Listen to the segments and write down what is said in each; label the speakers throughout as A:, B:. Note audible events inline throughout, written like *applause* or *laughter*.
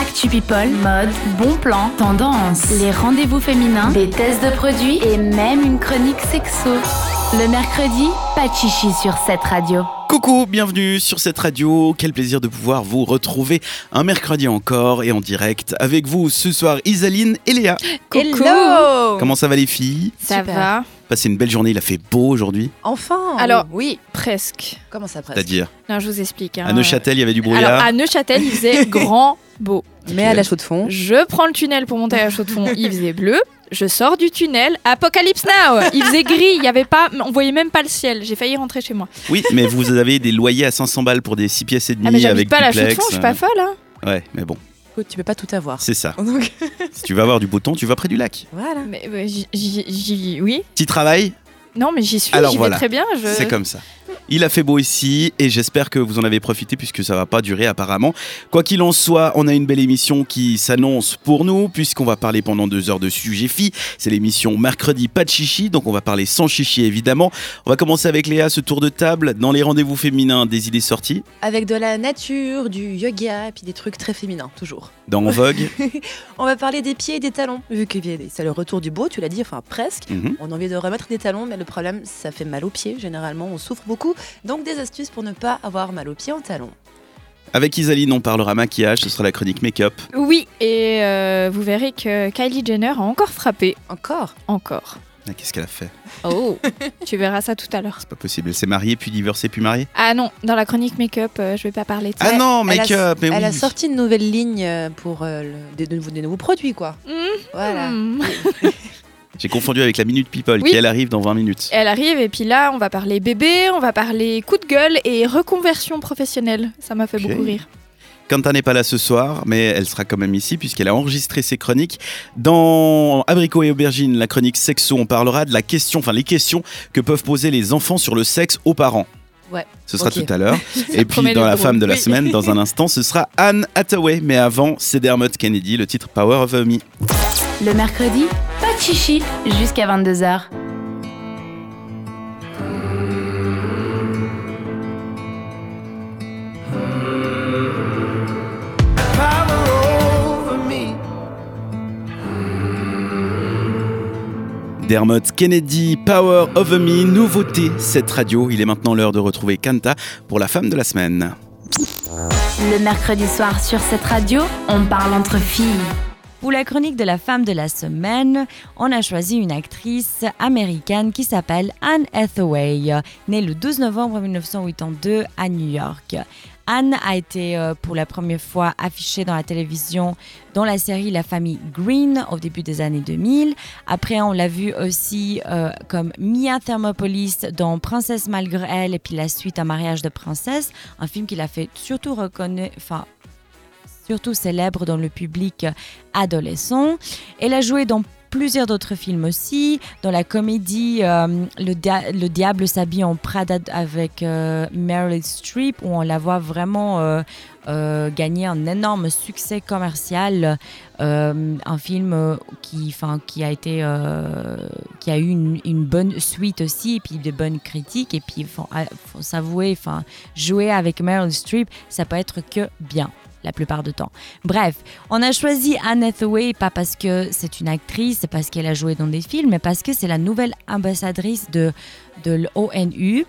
A: Actu People, mode, bon plan, tendance, les rendez-vous féminins, des tests de produits et même une chronique sexo. Le mercredi, pas de chichi sur cette radio.
B: Coucou, bienvenue sur cette radio. Quel plaisir de pouvoir vous retrouver un mercredi encore et en direct avec vous ce soir Isaline et Léa.
C: Hello
B: Comment ça va les filles
A: Ça
C: Super.
A: va
B: Passez une belle journée, il a fait beau aujourd'hui.
C: Enfin
D: Alors-
C: Oui.
D: Oh, Presque.
C: Comment ça presque
B: C'est-à-dire,
D: Non, je vous explique. hein.
B: à Neuchâtel, il y avait du brouillard.
D: Alors, ah, à Neuchâtel, il *laughs* faisait grand beau.
C: Mais à la chaux de fond.
D: Je prends le tunnel pour monter à Chaux-de-Fonds, il faisait bleu. Je sors du tunnel, apocalypse now Il faisait gris, il y avait pas, on voyait même pas le ciel. J'ai failli rentrer chez moi.
B: Oui, mais vous avez des loyers à 500 balles pour des 6 pièces et demie
D: Ah mais
B: avec
D: j'habite pas à la
B: duplex.
D: Chaux-de-Fonds, je suis pas folle. Hein.
B: Ouais, mais bon,
C: Écoute, tu peux pas tout avoir.
B: c'est ça.
C: *laughs* Donc
B: Si tu vas avoir du bouton, tu vas près du lac.
C: voilà.
D: Mais euh, j'y- j'y, j'y- oui.
B: Petit travail,
D: Non, mais j'y suis,
B: Alors
D: j'y
B: voilà.
D: vais très bien. Je...
B: C'est comme ça. Il a fait beau ici et j'espère que vous en avez profité puisque ça va pas durer apparemment. Quoi qu'il en soit, on a une belle émission qui s'annonce pour nous puisqu'on va parler pendant deux heures de sujets filles. C'est l'émission mercredi pas de chichi donc on va parler sans chichi évidemment. On va commencer avec Léa ce tour de table dans les rendez-vous féminins des idées sorties
C: Avec de la nature, du yoga, et puis des trucs très féminins, toujours.
B: dans En
C: *laughs*
B: Vogue.
C: On va parler des pieds et des talons. Vu que c'est le retour du beau, tu l'as dit, enfin presque.
B: Mhm.
C: On a envie de remettre des talons, mais le problème, ça fait mal aux pieds. Généralement, on souffre beaucoup. Donc, des astuces pour ne pas avoir mal aux pieds en talons.
B: Avec Isaline, on parlera maquillage, ce sera la chronique make-up.
D: Oui, et euh, vous verrez que Kylie Jenner a encore frappé.
C: Encore
D: Encore.
B: Ah, Qu'est-ce qu'elle a fait
D: Oh Tu verras ça tout à l'heure.
B: C'est pas possible. Elle s'est mariée, puis divorcée, puis mariée.
D: Ah non, dans la chronique make-up, euh, je vais pas parler de ça.
B: Ah non,
C: elle a-
B: make-up, mais
C: Elle
B: oui.
C: a sorti une nouvelle ligne euh, pour euh, le- des, de nouveaux, des nouveaux produits, quoi.
D: Mhm.
C: Voilà.
D: Hmm.
B: J'ai confondu avec la Minute People
D: Oui.
B: qui elle arrive dans 20 minutes.
D: Elle arrive et puis là, on va parler bébé, on va parler coup de gueule et reconversion professionnelle. Ça m'a fait
B: Ok.
D: beaucoup rire.
B: Quentin n'est pas là ce soir, mais elle sera quand même ici puisqu'elle a enregistré ses chroniques. Dans Abricot et Aubergine, la chronique sexo, on parlera de la question, enfin les questions que peuvent poser les enfants sur le sexe aux parents.
C: Ouais,
B: Ce sera
C: ok.
B: tout à l'heure. et
D: promet
B: puis dans
D: d'être
B: la
D: drôle.
B: femme de la
D: Oui.
B: semaine, dans un instant, ce sera Anne Hathaway. Mais avant, c'est Dermot Kennedy, le titre Power of Me.
A: Le mercredi, pas de chichi jusqu'à 22h.
E: power over me.
B: Dermot Kennedy, Power of Me, nouveauté, cette radio. Il est maintenant l'heure de retrouver Kanta pour la femme de la semaine.
A: Le mercredi soir sur cette radio, on parle entre filles.
F: Pour la chronique de la femme de la semaine, on a choisi une actrice américaine qui s'appelle Anne Hathaway, née le 12 novembre 1982 à New York. Anne a été euh, pour la première fois affichée dans la télévision dans la série La famille Green au début des années 2000. Après, on l'a vue aussi euh, comme Mia Thermopolis dans Princesse malgré elle et puis la suite Un mariage de princesse, un film qui l'a fait surtout reconnaître, enfin surtout célèbre dans le public adolescent. Elle a joué dans plusieurs d'autres films aussi, dans la comédie euh, le, Dia- le diable s'habille en Prada avec euh, Meryl Streep, où on la voit vraiment euh, euh, gagner un énorme succès commercial. Euh, un film euh, qui, 'fin, qui a été, euh, qui a eu une, une bonne suite aussi, et puis de bonnes critiques, et puis faut, ah, faut s'avouer, 'fin, jouer avec Meryl Streep, ça peut être que bien la plupart du temps. Bref, on a choisi Anne Hathaway pas parce que c'est une actrice, c'est parce qu'elle a joué dans des films, mais parce que c'est la nouvelle ambassadrice de, de l'ONU.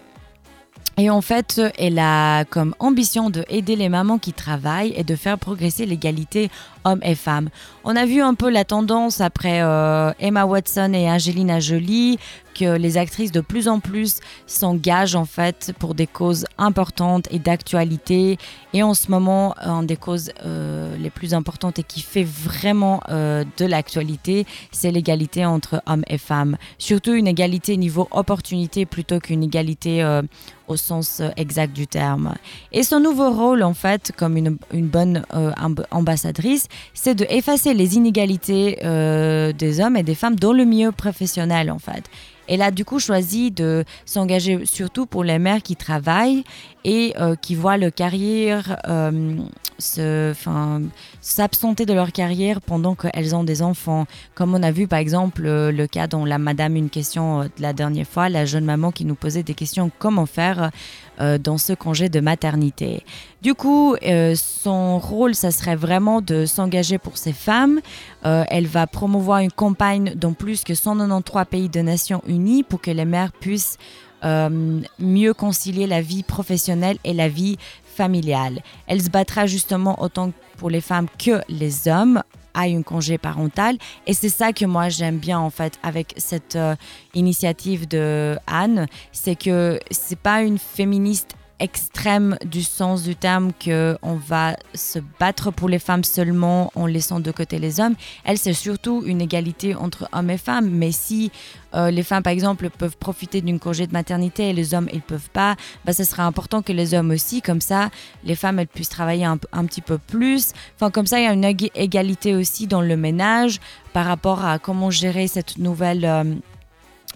F: Et en fait, elle a comme ambition de aider les mamans qui travaillent et de faire progresser l'égalité hommes et femmes. On a vu un peu la tendance après euh, Emma Watson et Angelina Jolie que les actrices de plus en plus s'engagent en fait pour des causes importantes et d'actualité et en ce moment, une des causes euh, les plus importantes et qui fait vraiment euh, de l'actualité, c'est l'égalité entre hommes et femmes. Surtout une égalité niveau opportunité plutôt qu'une égalité euh, au sens euh, exact du terme. Et son nouveau rôle, en fait, comme une, une bonne euh, amb- ambassadrice, c'est de effacer les inégalités euh, des hommes et des femmes dans le milieu professionnel, en fait. Elle a du coup choisi de s'engager surtout pour les mères qui travaillent et euh, qui voient leur carrière euh, se- 'fin, s'absenter de leur carrière pendant qu'elles ont des enfants. Comme on a vu par exemple euh, le cas dont la madame une question euh, de la dernière fois, la jeune maman qui nous posait des questions comment faire euh, dans ce congé de maternité. Du coup, euh, son rôle, ça serait vraiment de s'engager pour ces femmes. Euh, elle va promouvoir une campagne dans plus que 193 pays de Nations Unies pour que les mères puissent euh, mieux concilier la vie professionnelle et la vie familiale. Elle se battra justement autant pour les femmes que les hommes à une congé parental. Et c'est ça que moi j'aime bien en fait avec cette euh, initiative de Anne, c'est que c'est pas une féministe extrême du sens du terme que on va se battre pour les femmes seulement en laissant de côté les hommes. Elle c'est surtout une égalité entre hommes et femmes. Mais si euh, les femmes par exemple peuvent profiter d'une congé de maternité et les hommes ils peuvent pas, bah ce sera important que les hommes aussi comme ça les femmes elles puissent travailler un, un petit peu plus. Enfin comme ça il y a une ég- égalité aussi dans le ménage par rapport à comment gérer cette nouvelle euh,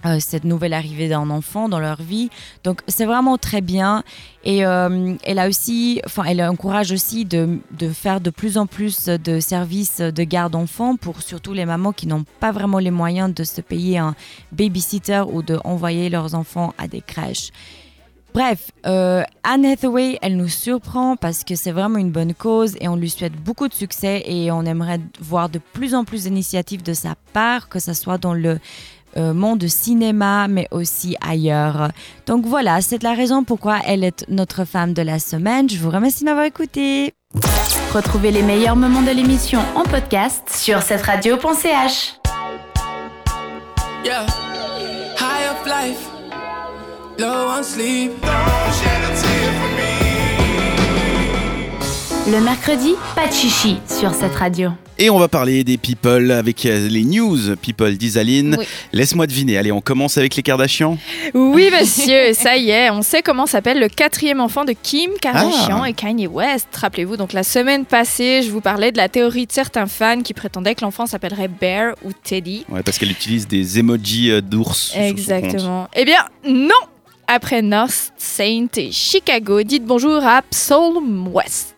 F: euh, cette nouvelle arrivée d'un enfant dans leur vie. Donc c'est vraiment très bien. Et euh, elle a aussi, enfin elle encourage aussi de, de faire de plus en plus de services de garde enfants pour surtout les mamans qui n'ont pas vraiment les moyens de se payer un babysitter ou de envoyer leurs enfants à des crèches. Bref, euh, Anne Hathaway, elle nous surprend parce que c'est vraiment une bonne cause et on lui souhaite beaucoup de succès et on aimerait voir de plus en plus d'initiatives de sa part, que ce soit dans le euh, monde du cinéma, mais aussi ailleurs. Donc voilà, c'est la raison pourquoi elle est notre femme de la semaine. Je vous remercie d'avoir écouté.
A: Retrouvez les meilleurs moments de l'émission en podcast sur cette radio.ch.
E: Yeah. High up life, low on sleep.
A: Le mercredi, pas de chichi sur cette radio.
B: Et on va parler des people avec euh, les news people d'Isaline.
D: Oui.
B: Laisse-moi deviner. Allez, on commence avec les Kardashians.
D: Oui, monsieur, ça y est, on sait comment s'appelle le quatrième enfant de Kim Kardashian et Kanye West. Rappelez-vous, donc la semaine passée, je vous parlais de la théorie de certains fans qui prétendaient que l'enfant s'appellerait Bear ou Teddy.
B: Ouais, parce qu'elle utilise des emojis euh, d'ours. sur son compte.
D: Exactement. Eh bien, non Après North Saint et Chicago, dites bonjour à Psalm West.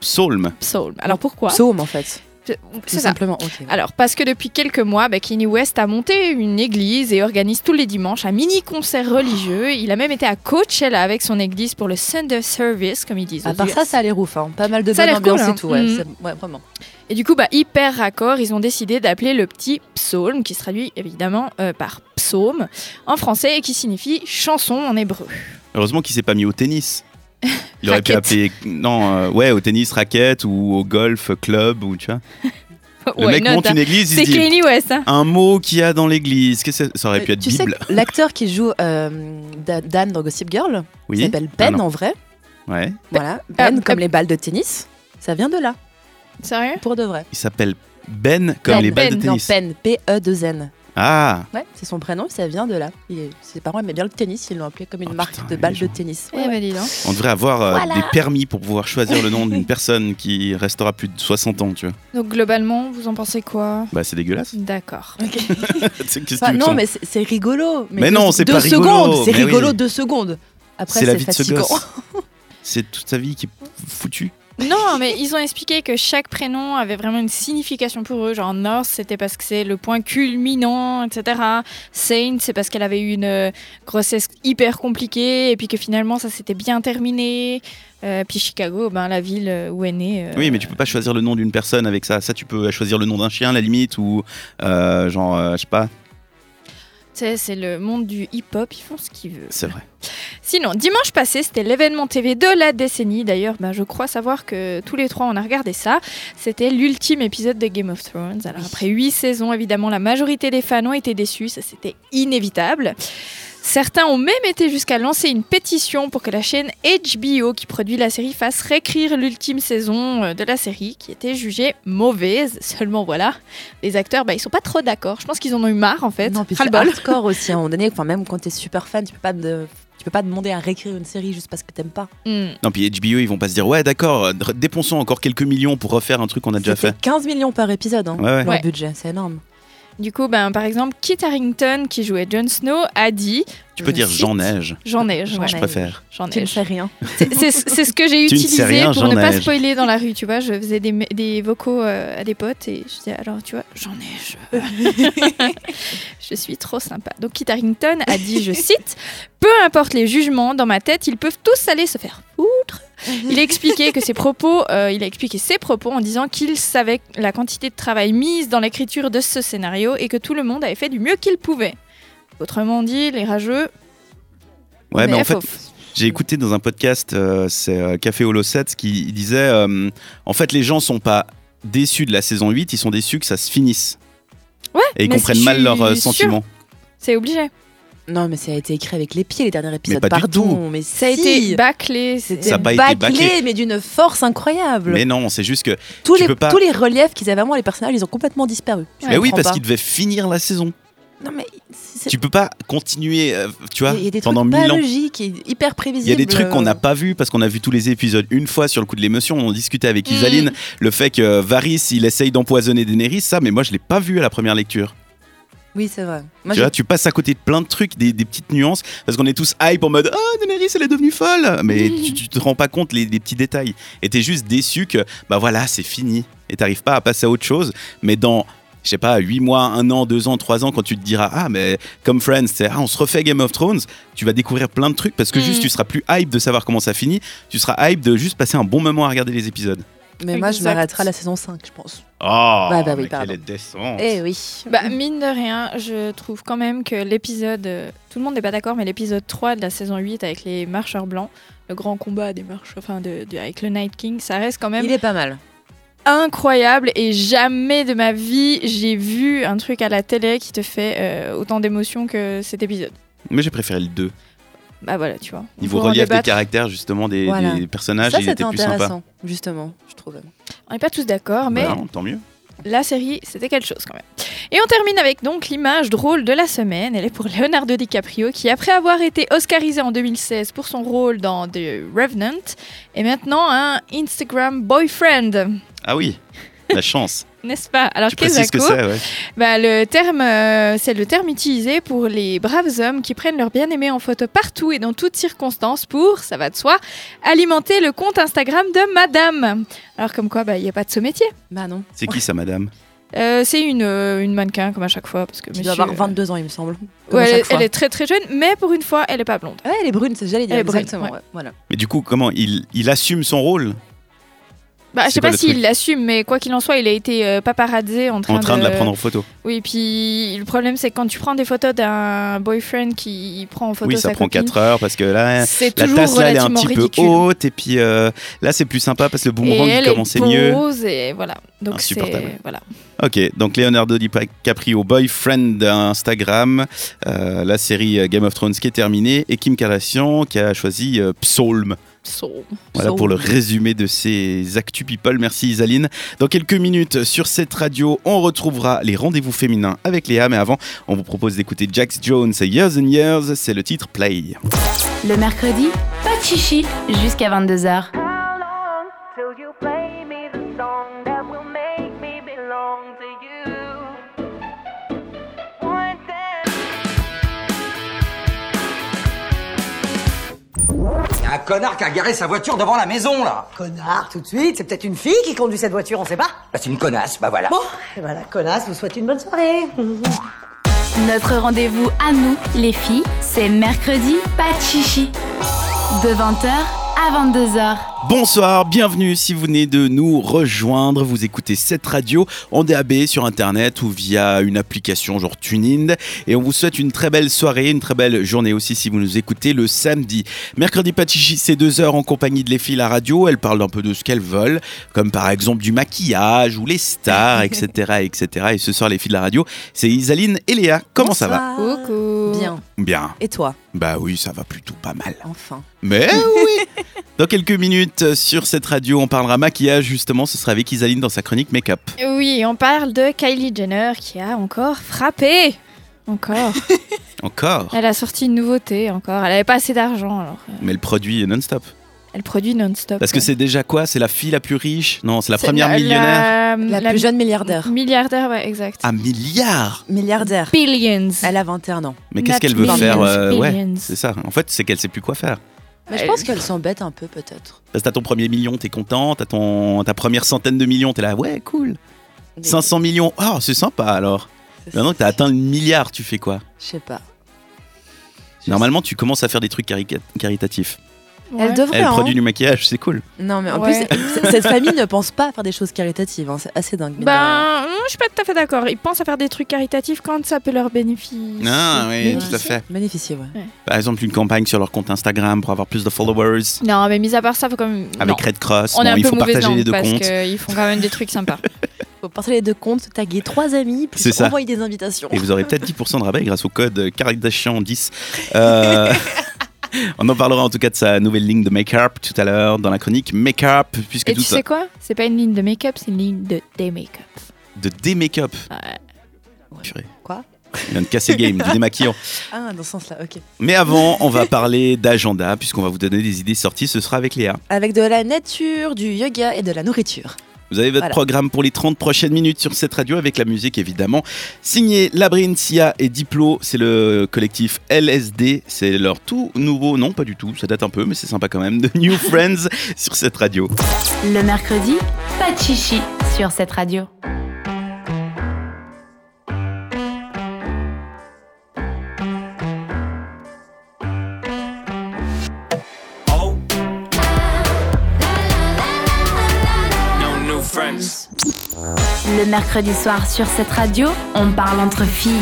B: Psalm.
D: Psalm. Alors pourquoi
C: Psaume en fait.
D: C'est
C: Tout
D: ça.
C: simplement. ok.
D: Alors, parce que depuis quelques mois, bah, Kanye West a monté une église et organise tous les dimanches un mini-concert religieux. Il a même été à Coachella avec son église pour le Sunday Service, comme ils disent.
C: À
D: aux
C: part
D: US.
C: ça, ça a l'air ouf. hein. Mm. Pas mal de
D: Ça a
C: bonne
D: l'air cool,
C: ambiance
D: hein.
C: et tout. Ouais,
D: Mhm.
C: C'est- ouais, vraiment.
D: Et du coup, bah, hyper raccord, ils ont décidé d'appeler le petit psaume, qui se traduit évidemment euh, par psaume en français et qui signifie chanson en hébreu.
B: Heureusement qu'il s'est pas mis au tennis. Il aurait pu appeler.
D: Raquette.
B: Non, euh, ouais, au tennis, raquette ou au golf, club ou tu vois. Le
D: Why
B: mec
D: not,
B: monte
D: hein.
B: une église, il
D: C'est
B: se dit.
D: Kanye West, hein.
B: Un mot qu'il y a dans l'église. Qu'est-ce que c'est ça aurait pu être
C: Euh, tu
B: Bible.
C: sais que l'acteur qui joue euh, Da- Dan dans Gossip Girl
B: oui.
C: s'appelle
B: Ah
C: Ben
B: non.
C: en vrai.
B: Ouais.
C: Voilà, Ben
D: euh,
C: comme
D: euh.
C: les balles de tennis. Ça vient de là,
D: Sérieux
C: pour de vrai.
B: Il s'appelle Ben comme
D: Ben,
B: les balles
D: Ben,
B: de
C: Non,
B: tennis.
C: Pen, P-E-2-N.
B: Ah.
C: Ouais, c'est son prénom, ça vient de là. Il est- ses parents aimaient bien le tennis, ils l'ont appelé comme une
B: Oh,
C: marque
B: putain,
C: de
B: les
C: balles de
B: gens.
C: tennis.
D: Eh
C: Ouais, ouais.
D: ben, dis donc.
B: On devrait avoir euh,
A: Voilà.
B: des permis pour pouvoir choisir le nom d'une personne qui restera plus de 60 ans, tu vois.
D: Donc globalement, vous en pensez quoi
B: Bah, c'est dégueulasse.
D: D'accord.
B: *laughs* C'est- qu'est-ce
C: *laughs*
B: que
C: Enfin,
B: tu veux que
C: Bah, non,
B: j'en-
C: mais c'est c'est rigolo.
B: Mais
C: deux-
B: non, c'est
C: deux
B: pas rigolo,
C: secondes, C'est
B: mais oui.
C: rigolo deux secondes. Après,
B: C'est la vie de ce
C: fatigant.
B: gosse.
C: *laughs*
B: C'est toute sa vie qui est foutue.
D: Non, mais ils ont expliqué que chaque prénom avait vraiment une signification pour eux. Genre North, c'était parce que c'est le point culminant, etc. Saint, c'est parce qu'elle avait eu une euh, grossesse hyper compliquée et puis que finalement ça s'était bien terminé. Euh, puis Chicago, ben, la ville euh, où est née. euh,
B: Oui, mais tu peux pas choisir le nom d'une personne avec ça. Ça, tu peux choisir le nom d'un chien, à la limite, ou euh, genre, euh, je sais pas.
D: tu sais, c'est le monde du hip-hop, ils font ce qu'ils veulent.
B: C'est vrai.
D: Sinon, dimanche passé, c'était l'événement TV de la décennie. D'ailleurs, ben, je crois savoir que tous les trois, on a regardé ça. C'était l'ultime épisode de Game of Thrones. Alors, après huit saisons, évidemment, la majorité des fans ont été déçus. Ça, c'était inévitable. Certains ont même été jusqu'à lancer une pétition pour que la chaîne HBO qui produit la série fasse réécrire l'ultime saison euh, de la série qui était jugée mauvaise. *laughs* Seulement voilà, les acteurs, bah, ils sont pas trop d'accord. Je pense qu'ils en ont eu marre en fait.
C: Non, puis c'est
D: Ras-le-bol.
C: hardcore aussi. À un moment donné, enfin, même quand t'es super fan, tu peux pas de- tu peux pas demander à réécrire une série juste parce que t'aimes pas.
D: *laughs* Hmm.
B: Non, puis HBO, ils vont pas se dire, ouais, d'accord, euh, dr- dépensons encore quelques millions pour refaire un truc qu'on a déjà
C: C'était
B: fait.
C: 15 millions par épisode, hein,
B: Ouais, ouais.
C: leur
D: Ouais.
C: budget, c'est énorme.
D: Du coup, ben, par exemple, Kit Harington, qui jouait Jon Snow, a dit
B: Tu peux
C: Je
B: dire
C: cite,
B: Jean Neige,
D: J'en ai,
C: Jean
D: j'en ai,
B: je
C: Neige.
B: préfère.
D: j'en
C: Tu ne
D: ai.
C: sais rien.
D: C'est- C'est c'est ce que j'ai
B: Tu ne sais
D: utilisé
B: rien,
D: pour
B: Jean
D: ne pas
B: Neige.
D: spoiler dans la rue, tu vois. Je faisais des, des vocaux euh, à des potes et je disais alors, tu vois, j'en ai, je. *laughs* je suis trop sympa. Donc, Kit Harington a dit, je cite Peu importe les jugements, dans ma tête, ils peuvent tous aller se faire foutre. Il expliquait que ses propos, euh, il a expliqué ses propos en disant qu'il savait la quantité de travail mise dans l'écriture de ce scénario et que tout le monde avait fait du mieux qu'il pouvait. Autrement dit, les rageux.
B: Ouais, mais, en fait,
D: FOF.
B: j'ai écouté dans un podcast, euh, c'est euh, Café Holo 7, qui il disait euh, en fait, les gens sont pas déçus de la saison 8, ils sont déçus que ça se finisse.
D: Ouais,
B: Et ils
D: mais
B: comprennent
D: je
B: mal
D: suis
B: leurs euh,
D: sûre.
B: sentiments.
D: c'est obligé.
C: Non, mais ça a été écrit avec les pieds, les derniers épisodes.
B: pas du
C: Pardon,
B: tout.
C: mais
D: Ça a
C: si.
D: été bâclé. c'est-
C: C'était
B: Ça a pas été
C: bâclé,
B: bâclé.
C: mais d'une force incroyable.
B: Mais non, c'est juste que.
C: tous,
B: tu
C: les,
B: peux pas-
C: tous les reliefs qu'ils avaient avant, les personnages, ils ont complètement disparu. Je
B: mais oui,
C: comprends
B: parce
C: pas.
B: qu'ils devaient finir la saison.
C: Non, mais c'est-
B: Tu peux pas continuer, euh, tu vois,
C: Il y a des
B: pendant
C: trucs
B: mille
C: pas
B: ans.
C: logiques et hyper prévisibles.
B: Il y a des trucs qu'on n'a pas vu parce qu'on a vu tous les épisodes une fois sur le coup de l'émotion. On en discutait avec
D: Mm.
B: Isaline le fait que Varys il essaye d'empoisonner Daenerys, ça, mais moi je l'ai pas vu à la première lecture.
C: Oui, c'est vrai. Moi,
B: tu
C: j'ai-
B: vois, tu passes à côté de plein de trucs, des, des petites nuances, parce qu'on est tous hype en mode Oh, Daenerys elle est devenue folle
C: *laughs*
B: Mais tu, tu te rends pas compte les, les petits détails. Et t'es juste déçu que, bah voilà, c'est fini. Et t'arrives pas à passer à autre chose. Mais dans. Je sais pas, 8 mois, 1 an, 2 ans, 3 ans, quand tu te diras, ah, mais comme Friends, c'est, ah, on se refait Game of Thrones, tu vas découvrir plein de trucs parce que juste
D: Mm.
B: tu seras plus hype de savoir comment ça finit, tu seras hype de juste passer un bon moment à regarder les épisodes.
C: Mais moi, je
D: Exact.
C: m'arrêterai à la saison 5, je pense.
B: Oh,
C: Bah, bah oui,
B: mais
C: pardon.
B: quelle descente.
C: Eh oui.
D: Bah, mine de rien, je trouve quand même que l'épisode, euh, tout le monde n'est pas d'accord, mais l'épisode 3 de la saison 8 avec les marcheurs blancs, le grand combat des marcheurs, enfin de, de- avec le Night King, ça reste quand même
C: Il est pas mal.
D: incroyable et jamais de ma vie j'ai vu un truc à la télé qui te fait euh, autant d'émotions que cet épisode.
B: Mais j'ai préféré le 2.
D: Bah voilà, tu vois. on
B: Niveau
D: pourra en
B: relief des
D: débattre.
B: caractères, justement, des,
C: Voilà.
B: des personnages,
C: ça,
B: il
C: c'était
B: était Ah, plus sympa.
C: intéressant, justement, je trouve.
D: On n'est pas tous d'accord, Ah, mais
B: Bah non, tant mieux.
D: la série, c'était quelque chose quand même. Et on termine avec donc l'image drôle de la semaine. Elle est pour Leonardo DiCaprio qui, après avoir été Oscarisé en 2016 pour son rôle dans The Revenant, est maintenant un Instagram boyfriend.
B: Ah
D: *laughs*
B: oui, la chance.
D: N'est-ce pas Alors,
B: tu précises ce que
D: Kezako,
B: c'est, ouais.
D: bah, le terme, euh, c'est le terme utilisé pour les braves hommes qui prennent leur bien-aimé en photo partout et dans toutes circonstances pour, ça va de soi, alimenter le compte Instagram de Madame. Alors comme quoi, bah, il n'y a pas de ce métier.
C: Bah non.
B: C'est qui ça, madame
D: Euh, c'est une, euh, une mannequin comme à chaque fois parce que
C: Tu
D: monsieur-
C: dois avoir 22 ans, il me semble. comme
D: Ouais,
C: à
D: elle,
C: chaque fois.
D: elle est très très jeune, mais pour une fois, elle est pas blonde.
C: Ouais, elle est brune, c'est j'allais dire.
D: Elle est brune,
C: exactement.
D: ouais.
C: ouais, Voilà.
B: Mais du coup, comment il, il assume son rôle
D: Bah, je
B: C'est
D: sais
B: quoi
D: pas
B: le
D: s'il
B: truc
D: l'assume, mais quoi qu'il en soit, il a été euh, paparazzé en train,
B: en train de la prendre en photo
D: Oui, puis le problème, c'est que quand tu prends des photos d'un boyfriend qui prend en photo
B: Oui, ça
D: sa
B: prend
D: copine,
B: 4 heures parce que là,
D: c'est
B: la
D: toujours
B: tasse là, elle est un
D: relativement
B: petit
D: ridicule.
B: peu haute. Et puis euh, là, c'est plus sympa parce que le
D: et
B: boomerang il
D: elle est
B: commençait mieux.
D: pose et voilà. Donc c'est
B: Insupportable.
D: voilà.
B: Ok, donc Leonardo DiCaprio, boyfriend Instagram, euh, la série euh, Game of Thrones qui est terminée, et Kim Kardashian qui a choisi euh, Psalm.
D: So.
B: Voilà
C: So-
B: pour le résumé de ces Actu People. Merci Isaline. Dans quelques minutes sur cette radio, on retrouvera les rendez-vous féminins avec Léa. Mais avant, on vous propose d'écouter Jax Jones et Years and Years. C'est le titre Play.
A: Le mercredi, pas de chichi jusqu'à 22h.
G: How long till you play me the song that will make me belong to you? One day.
H: Y a un connard qui a garé sa voiture devant la maison, là
I: Connard, tout de suite, c'est peut-être une fille qui conduit cette voiture, on sait pas.
H: Bah, c'est une connasse, bah voilà. Mhm.
I: Bon, et voilà, connasse, vous souhaite une bonne soirée.
A: Notre rendez-vous à nous, les filles, c'est mercredi, pas de chichi. De 20h à 22h.
B: Bonsoir, bienvenue si vous venez de nous rejoindre. Vous écoutez cette radio en DAB sur internet ou via une application genre TuneIn. Et on vous souhaite une très belle soirée, une très belle journée aussi si vous nous écoutez le samedi. Mercredi Patichi, c'est deux heures en compagnie de les filles à la radio. Elles parlent un peu de ce qu'elles veulent, comme par exemple du maquillage ou les stars, etc. etc. Et ce soir, les filles de la radio, c'est Isaline et Léa. Comment ça va
C: Bonsoir.
D: Coucou.
C: Ah, Bien.
B: Bien.
C: Et toi,
B: Bah oui, ça va plutôt pas mal.
C: enfin
B: Mais oui Dans quelques minutes euh, sur cette radio, on parlera maquillage justement, ce sera avec Isaline dans sa chronique make-up.
D: Oui, on parle de Kylie Jenner qui a encore frappé. Encore.
B: Encore
D: Elle a sorti une nouveauté encore. Elle avait pas assez d'argent alors. euh,
B: Mais le produit est non-stop.
D: Elle produit non-stop.
B: Parce que c'est déjà quoi C'est la fille la plus riche Non, c'est la première millionnaire
D: millionnaire.
C: La, plus jeune *laughs* milliardaire.
D: Milliardaire, ouais, exact.
B: Un milliard
C: Milliardaire.
D: Billions.
C: Elle a 21 ans.
B: Mais qu'est-ce
D: Not
B: qu'elle veut
D: millions,
B: faire euh, Ouais,
D: billions.
B: c'est ça. En fait, c'est qu'elle sait plus quoi faire.
C: Mais je pense qu'elle s'embête un
B: *laughs*
C: peu, peut-être.
B: Parce que t'as ton premier million, t'es content, t'as ton... ta première centaine de millions, t'es là, ouais, cool. 500 millions, oh, c'est sympa alors. Maintenant que t'as atteint le milliard, tu fais quoi
C: Je sais pas.
B: Normalement, tu commences à faire des trucs carica- caritatifs.
C: Elle devrait.
B: Elle
C: hein.
B: produit du maquillage, c'est cool.
C: Non, mais en
D: Ouais.
C: plus, *laughs* c- cette famille ne pense pas à faire des choses caritatives. hein, C'est assez dingue. mais
D: Ben, non, je suis pas tout à fait d'accord. Ils pensent à faire des trucs caritatifs quand ça peut leur bénéficier.
B: Ah oui,
C: Mais
B: tout à fait.
C: non. Bénéficier, ouais.
B: Par exemple, une campagne sur leur compte Instagram pour avoir plus de followers
D: Non, mais mis à part ça, faut quand même.
B: avec
D: non.
B: Red Cross.
D: On est
B: Bon,
D: un
B: Ah, il
D: peu
B: faut
D: mauvaise
B: partager les
D: langue
B: deux
D: parce
B: comptes.
D: qu'ils font quand même des
B: *laughs*
D: trucs sympas.
C: Faut porter les deux comptes, taguer trois amis,
B: C'est
C: plus
B: ça.
C: envoyer des invitations.
B: Et vous aurez peut-être 10% de rabais grâce au code Kardashian10.
D: *laughs*
B: Euh, On en parlera en tout cas de sa nouvelle ligne de make-up tout à l'heure dans la chronique make-up, puisque
D: Et
B: tout
D: tu sais quoi C'est pas une ligne de make-up, c'est une ligne de démake-up.
B: de démake-up.
C: Ouais.
B: Purée.
C: Quoi
B: Il vient de casser le game, du démaquillant.
C: Ah, dans ce sens-là, ok.
B: Mais avant, on va parler d'agenda, puisqu'on va vous donner des idées sorties. Ce sera avec Léa.
C: Avec de la nature, du yoga et de la nourriture.
B: Vous avez votre
C: Voilà.
B: programme pour les 30 prochaines minutes sur cette radio avec la musique évidemment. Signé Labrine, Sia et Diplo, c'est le collectif LSD. C'est leur tout nouveau, non pas du tout, ça date un peu mais c'est sympa quand même, de
C: *laughs*
B: New Friends sur cette radio.
A: Le mercredi, pas de chichi sur cette radio.
E: No new friends.
A: Le mercredi soir sur cette radio, on parle entre filles.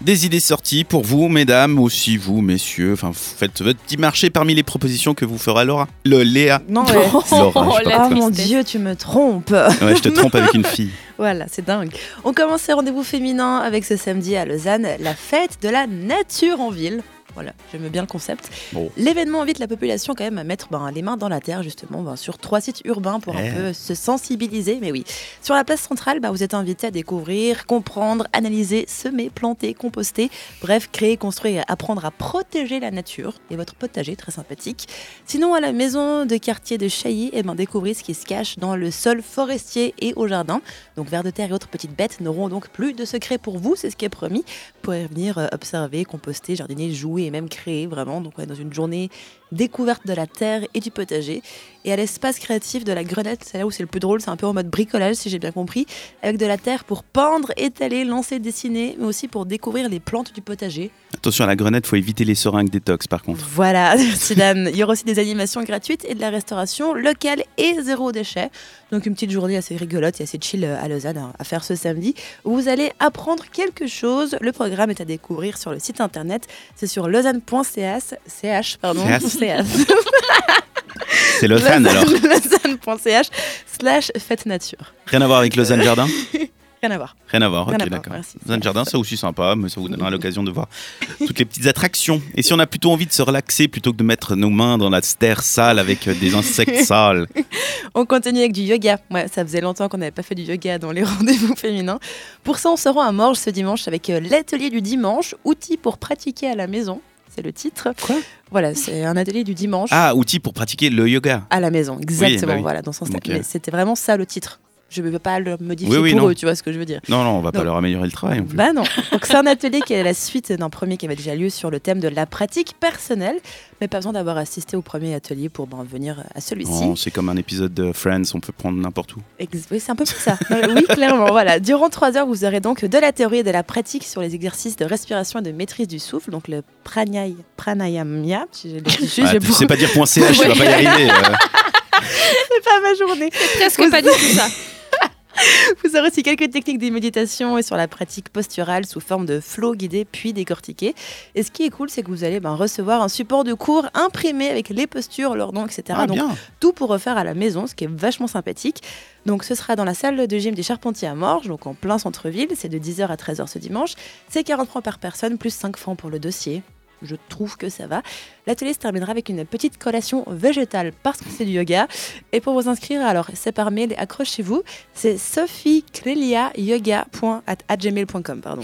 B: Des idées sorties pour vous mesdames, aussi vous messieurs, enfin faites votre petit marché parmi les propositions que vous fera Laura. Le Léa.
C: Non,
D: ouais. *laughs* Oh,
B: Laura, je sais
D: la
B: pas
C: Oh
B: pourquoi.
C: mon
D: tristesse.
C: dieu, tu me trompes
B: Ouais, je te trompe avec une fille.
C: Voilà, c'est dingue. On commence ces rendez-vous féminins avec ce samedi à Lausanne, la fête de la nature en ville. Voilà, j'aime bien le concept.
B: Bon.
C: L'événement invite la population quand même à mettre ben, les mains dans la terre, justement, ben, sur trois sites urbains pour
B: Eh.
C: un peu se sensibiliser. Mais oui, sur la place centrale, ben, vous êtes invités à découvrir, comprendre, analyser, semer, planter, composter. Bref, créer, construire et apprendre à protéger la nature et votre potager, très sympathique. Sinon, à la maison de quartier de Chailly, eh ben, découvrez ce qui se cache dans le sol forestier et au jardin. Donc, vers de terre et autres petites bêtes n'auront donc plus de secrets pour vous, c'est ce qui est promis. Vous pourrez venir euh, observer, composter, jardiner, jouer et même créer vraiment. Donc, on est dans une journée découverte de la terre et du potager. Et à l'espace créatif de la Grenette, c'est là où c'est le plus drôle, c'est un peu en mode bricolage, si j'ai bien compris, avec de la terre pour peindre, étaler, lancer, dessiner, mais aussi pour découvrir les plantes du potager.
B: Attention à la grenade, faut éviter les seringues détox par contre.
C: Voilà, *laughs* merci Dan. Il y aura aussi des animations gratuites et de la restauration locale et zéro déchet. Donc une petite journée assez rigolote et assez chill euh, à Lausanne hein, à faire ce samedi. Vous allez apprendre quelque chose. Le programme est à découvrir sur le site internet. C'est sur lausanne.ch. CH, pardon. *laughs*
B: Yes.
C: CH.
B: C'est Lausanne
C: *laughs*
B: alors.
C: Lausanne.ch slash fête nature.
B: Rien à voir avec Lausanne Jardin
C: Rien à voir.
B: Rien à voir,
C: Rien à
B: ok
C: voir,
B: d'accord.
C: merci.
B: Dans le jardin, c'est aussi sympa, mais ça vous donnera l'occasion de voir toutes les petites attractions. Et si on a plutôt envie de se relaxer plutôt que de mettre nos mains dans la terre sale avec euh, des
C: *laughs*
B: insectes sales,
C: On continue avec du yoga. Ouais, ça faisait longtemps qu'on n'avait pas fait du yoga dans les *laughs* rendez-vous féminins. Pour ça, on se rend à Morges ce dimanche avec euh, l'atelier du dimanche, outils pour pratiquer à la maison. C'est le titre. Quoi Voilà, c'est un atelier du dimanche
B: ah, outils pour pratiquer le yoga.
C: à la maison. Exactement,
B: bah oui.
C: voilà, dans ce sens
B: Ok.
C: C'était vraiment ça le titre. Je ne veux pas le modifier
B: Oui, oui,
C: pour
B: non.
C: eux, tu vois ce que je veux dire.
B: Non, non, on va pas
C: Non.
B: leur améliorer le travail. en plus.
C: Bah non. Donc c'est un atelier qui est la suite d'un premier qui avait déjà lieu sur le thème de la pratique personnelle, mais pas besoin d'avoir assisté au premier atelier pour ben, venir à celui-ci.
B: Oh, c'est comme un épisode de Friends, on peut prendre n'importe où.
C: Ex- Oui, c'est un peu plus ça. Non, mais oui, clairement. Voilà. Durant trois heures, vous aurez donc de la théorie et de la pratique sur les exercices de respiration et de maîtrise du souffle, donc le pranayama, pranayama si je l'ai dit juste,
B: Ah,
C: j'ai
B: tu
C: pas-
B: sais pas dire point
C: *laughs*
B: .ch, tu vas pas y arriver. euh.
C: c'est pas ma journée.
D: Presque pas du tout ça.
C: *laughs* Vous aurez aussi quelques techniques de méditation et sur la pratique posturale sous forme de flots guidés puis décortiqués. Et ce qui est cool, c'est que vous allez ben, recevoir un support de cours imprimé avec les postures, leurs noms, etc.
B: Ah,
C: donc
B: bien.
C: tout pour refaire à la maison, ce qui est vachement sympathique. Donc ce sera dans la salle de gym des Charpentiers à Morges, donc en plein centre-ville. C'est de 10h à 13h ce dimanche. C'est 40 francs par personne, plus 5 francs pour le dossier. Je trouve que ça va. L'atelier se terminera avec une petite collation végétale parce que c'est du yoga. Et pour vous inscrire, alors c'est par mail, accrochez-vous. C'est sophiecleliayoga.gmail.com, pardon.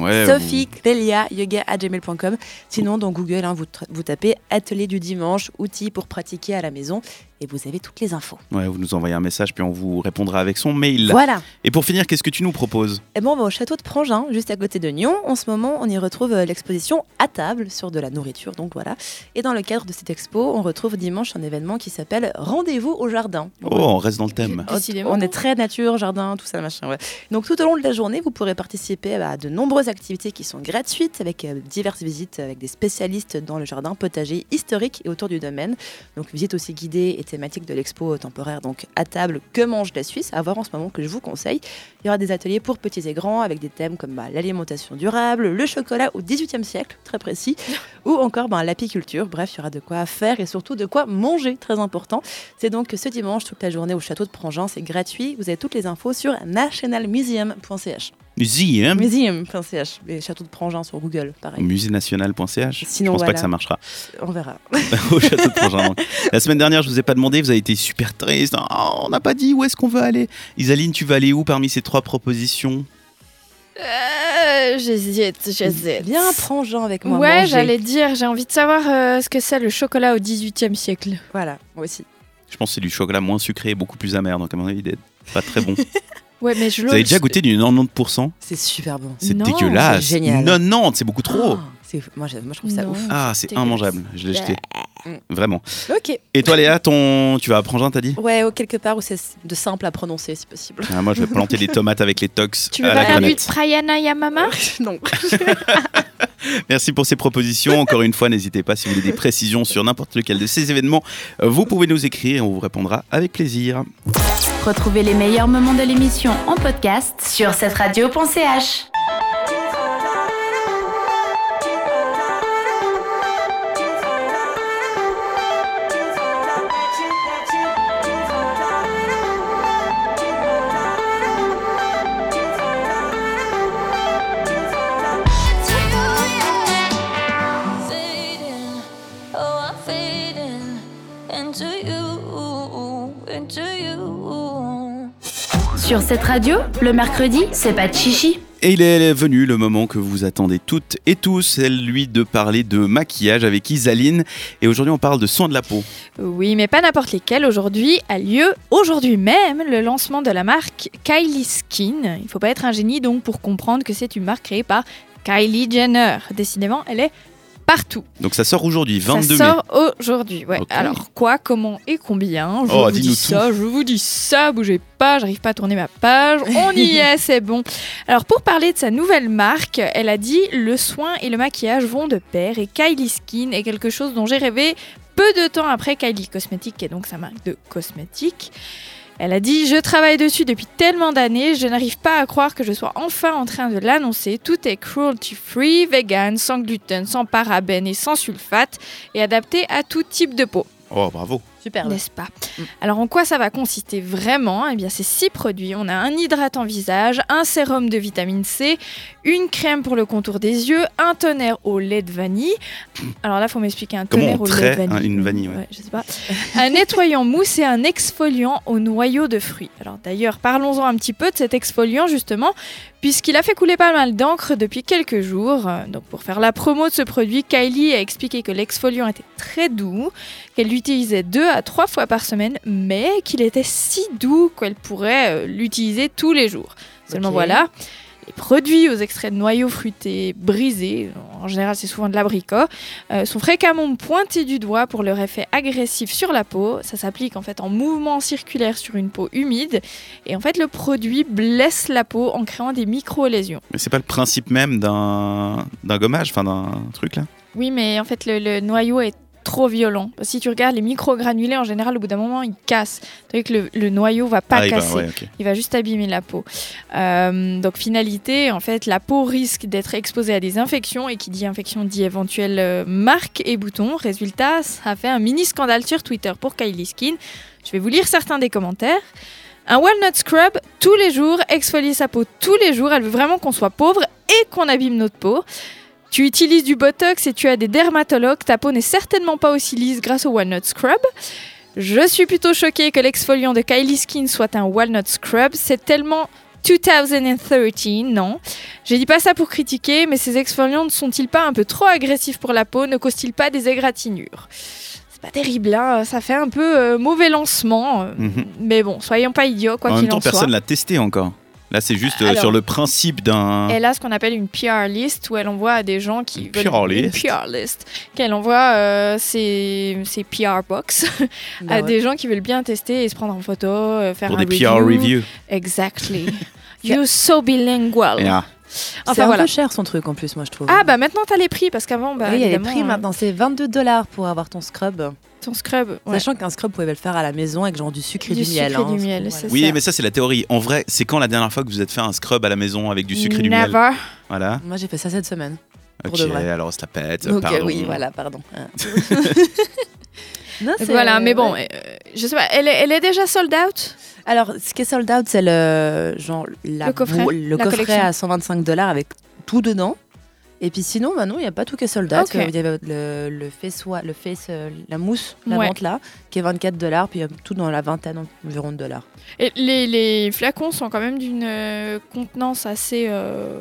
B: Ouais,
C: Sophie Clélia, yoga à gmail.com. Sinon, dans Google, hein, vous, tra- vous tapez atelier du dimanche, outils pour pratiquer à la maison, et vous avez toutes les infos.
B: vous- ouais, vous nous envoyez un message, puis on vous répondra avec son mail.
C: Voilà.
B: Et pour finir, qu'est-ce que tu nous proposes
C: Et bon, on va au château de Prangin, juste à côté de Nyon. En ce moment, on y retrouve euh, l'exposition à table sur de la nourriture, donc voilà. Et dans le cadre de cette expo, on retrouve dimanche un événement qui s'appelle Rendez-vous au jardin.
B: Oh, on reste dans le thème.
C: Oh,
D: Décidément.
C: On est très nature, jardin, tout ça, machin. ouais. Donc tout au long de la journée, vous pourrez participer à de nombreuses nombreuses activités qui sont gratuites avec euh, diverses visites avec des spécialistes dans le jardin potager historique et autour du domaine. Donc visite aussi guidée et thématique de l'expo temporaire donc à table Que mange la Suisse à voir en ce moment que je vous conseille. Il y aura des ateliers pour petits et grands avec des thèmes comme bah, l'alimentation durable, le chocolat au XVIIIe siècle, très précis, ou encore bah, l'apiculture. Bref, il y aura de quoi faire et surtout de quoi manger, très important. C'est donc ce dimanche toute la journée au château de Prangin, c'est gratuit. Vous avez toutes les infos sur nationalmuseum.ch.
B: Musée, hein
C: Museum.ch, les châteaux de Prangin sur Google, pareil.
B: Musée-national.ch. Je
C: Sinon,
B: pense pas
C: voilà.
B: que ça marchera.
C: On verra.
B: *laughs* Au château de Prangin, donc. La semaine dernière, je vous ai pas demandé, vous avez été super triste. Ah, on n'a pas dit où est-ce qu'on veut aller. Isaline, tu vas aller où parmi ces trois propositions
D: Euh, j'hésite, j'hésite.
C: Viens Prangin avec moi.
D: Ouais,
C: manger.
D: j'allais dire, j'ai envie de savoir euh, ce que c'est le chocolat au 18e siècle.
C: Voilà, moi aussi.
B: Je pense que c'est du chocolat moins sucré et beaucoup plus amer, donc à mon avis, il est pas très bon.
D: Ouais, mais je
B: vous avez déjà goûté du 90%
C: C'est super bon.
B: C'est
D: Non,
B: dégueulasse.
C: c'est génial.
B: 90, c'est beaucoup trop.
C: Oh, c'est- moi, je, moi, je trouve ça
D: Non.
C: ouf.
B: Ah, c'est
D: dégueulasse.
B: immangeable. Je l'ai jeté.
C: Ouais.
B: Vraiment.
C: Ok.
B: Et toi, Léa, ton... tu vas à Prangin, t'as dit
C: Ouais, ou quelque part où c'est de simple à prononcer si possible. *laughs*
B: Ah, Moi, je vais planter des tomates avec les tox
D: Tu veux
B: à
D: pas
B: la
D: faire du
B: grenette.
D: Prayana Yamama
C: non.
B: Merci pour ces propositions. Encore une fois, n'hésitez pas si vous voulez des précisions sur n'importe lequel de ces événements, euh, vous pouvez nous écrire et on vous répondra avec plaisir.
A: Retrouvez les meilleurs moments de l'émission en podcast sur cette radio.ch.
J: Fading, oh, I'm fading into you, into you.
A: Sur cette radio, le mercredi, c'est pas de chichi.
B: Et il est venu le moment que vous attendez toutes et tous, celui de parler de maquillage avec Isaline. Et aujourd'hui, on parle de soins de la peau.
D: Oui, mais pas n'importe lesquels. Aujourd'hui a lieu, aujourd'hui même, le lancement de la marque Kylie Skin. Il faut pas être un génie donc pour comprendre que c'est une marque créée par Kylie Jenner. Décidément, elle est partout.
B: Donc ça sort aujourd'hui, 22
D: ça
B: mai.
D: sort aujourd'hui. Ouais.
B: Ok.
D: Alors quoi, comment et combien Je
B: Oh,
D: vous
B: dis-nous
D: dis ça, je vous dis ça, bougez pas, j'arrive pas à tourner ma page. On
B: *laughs*
D: y est, c'est bon. Alors pour parler de sa nouvelle marque, elle a dit le soin et le maquillage vont de pair et Kylie Skin est quelque chose dont j'ai rêvé peu de temps après Kylie Cosmetics, qui est donc sa marque de cosmétiques. Elle a dit Je travaille dessus depuis tellement d'années, je n'arrive pas à croire que je sois enfin en train de l'annoncer. Tout est cruelty free, vegan, sans gluten, sans parabènes et sans sulfate, et adapté à tout type de peau.
B: Oh, bravo.
C: Super.
D: N'est-ce pas
B: Mm.
D: Alors en quoi ça va consister vraiment Eh bien c'est six produits. On a un hydratant visage, un sérum de vitamine C, une crème pour le contour des yeux, un tonnerre au lait
B: *coughs*
D: de vanille. Alors là faut m'expliquer un
B: Comment
D: tonnerre
B: on
D: au lait de
B: traite,
D: vanille.
B: hein, une vanille, ouais.
D: je sais pas. un nettoyant mousse et un exfoliant au noyau de fruits. Alors d'ailleurs parlons-en un petit peu de cet exfoliant justement puisqu'il a fait couler pas mal d'encre depuis quelques jours. Euh, Donc pour faire la promo de ce produit, Kylie a expliqué que l'exfoliant était très doux, qu'elle l'utilisait deux à trois fois par semaine, mais qu'il était si doux qu'elle pourrait euh, l'utiliser tous les jours. Seulement
C: Ok.
D: voilà, les produits aux extraits de noyaux fruités brisés, en général c'est souvent de l'abricot, euh, sont fréquemment pointés du doigt pour leur effet agressif sur la peau. Ça s'applique en fait en mouvement circulaire sur une peau humide et en fait le produit blesse la peau en créant des micro-lésions.
B: Mais c'est pas le principe même d'un d'un gommage, enfin d'un truc là
D: Oui mais en fait le, le noyau est trop violent. Si tu regardes les micro-granulés en général au bout d'un moment ils cassent. Tandis que le, le noyau va pas
B: Ah, il va-
D: casser.
B: ouais, ok.
D: Il va juste abîmer la peau. Euh, donc finalité, en fait, la peau risque d'être exposée à des infections et qui dit infection dit éventuelles euh, marques et boutons. Résultat, ça a fait un mini scandale sur Twitter pour Kylie Skin. Je vais vous lire certains des commentaires. Un walnut scrub tous les jours, exfolier sa peau tous les jours. Elle veut vraiment qu'on soit pauvre et qu'on abîme notre peau. Tu utilises du botox et tu as des dermatologues. Ta peau n'est certainement pas aussi lisse grâce au walnut scrub. Je suis plutôt choquée que l'exfoliant de Kylie Skin soit un walnut scrub. C'est tellement 2013, non Je dis pas ça pour critiquer, mais ces exfoliants ne sont-ils pas un peu trop agressifs pour la peau Ne causent-ils pas des égratignures C'est pas terrible, hein ça fait un peu euh, mauvais lancement. euh,
B: Mhm.
D: Mais bon, soyons pas idiots, quoi
B: En
D: qu'il
B: même
D: en
B: temps,
D: soit.
B: personne l'a testé encore. Là, c'est juste euh,
D: Alors-
B: sur le principe d'un.
D: Elle a ce qu'on appelle une PR list où elle envoie à des gens qui
B: Hein? Une PR
D: une
B: list.
D: PR list, qu'elle envoie euh, ses, ses PR box *laughs*
C: Bah
D: à
C: ouais.
D: des gens qui veulent bien tester et se prendre en photo, euh, faire
B: Pour
D: un
B: des PR *laughs*
D: review.
B: reviews.
D: Exactly. You're so bilingual.
B: Yeah.
C: c'est
D: Enfin
C: un
D: voilà.
C: peu cher son truc en plus, moi je trouve.
D: Ah bah maintenant t'as les prix parce qu'avant bah
C: oui, il y a les
D: évidemment,
C: prix
D: euh,
C: maintenant. C'est 22 dollars pour avoir ton scrub.
D: Ton scrub. ouais.
C: Sachant qu'un scrub, vous pouvez le faire à la maison avec genre du sucre et
D: Du
C: du, miel.
D: sucre et
C: hein.
D: du miel, c'est
B: Oui,
D: ça.
B: mais ça, c'est la théorie. En vrai, c'est quand la dernière fois que vous êtes fait un scrub à la maison avec du sucre et du miel
D: Never.
B: Voilà.
C: Moi j'ai fait ça cette semaine. Pour
B: Ok,
C: de vrai.
B: alors ça pète.
C: Donc euh,
B: pardon.
C: oui, voilà, pardon. Hein. Non,
D: Donc
C: *laughs* c'est-
D: voilà, mais bon,
C: ouais.
D: euh, je sais pas, elle est, elle est déjà sold out
C: Alors, ce qui est sold out, c'est le genre la
D: Le coffret,
C: boule- le
D: la
C: coffret
D: collection.
C: à 125 dollars avec tout dedans. Et puis sinon, bah non, il n'y a pas tout qui est sold out.
D: Ok.
C: Il y a le, le face, wa- le face, euh, la mousse, la
D: Ouais.
C: vente là, qui est 24 dollars, puis il y a tout dans la vingtaine environ de dollars.
D: Et les, les flacons sont quand même d'une euh, contenance assez. euh,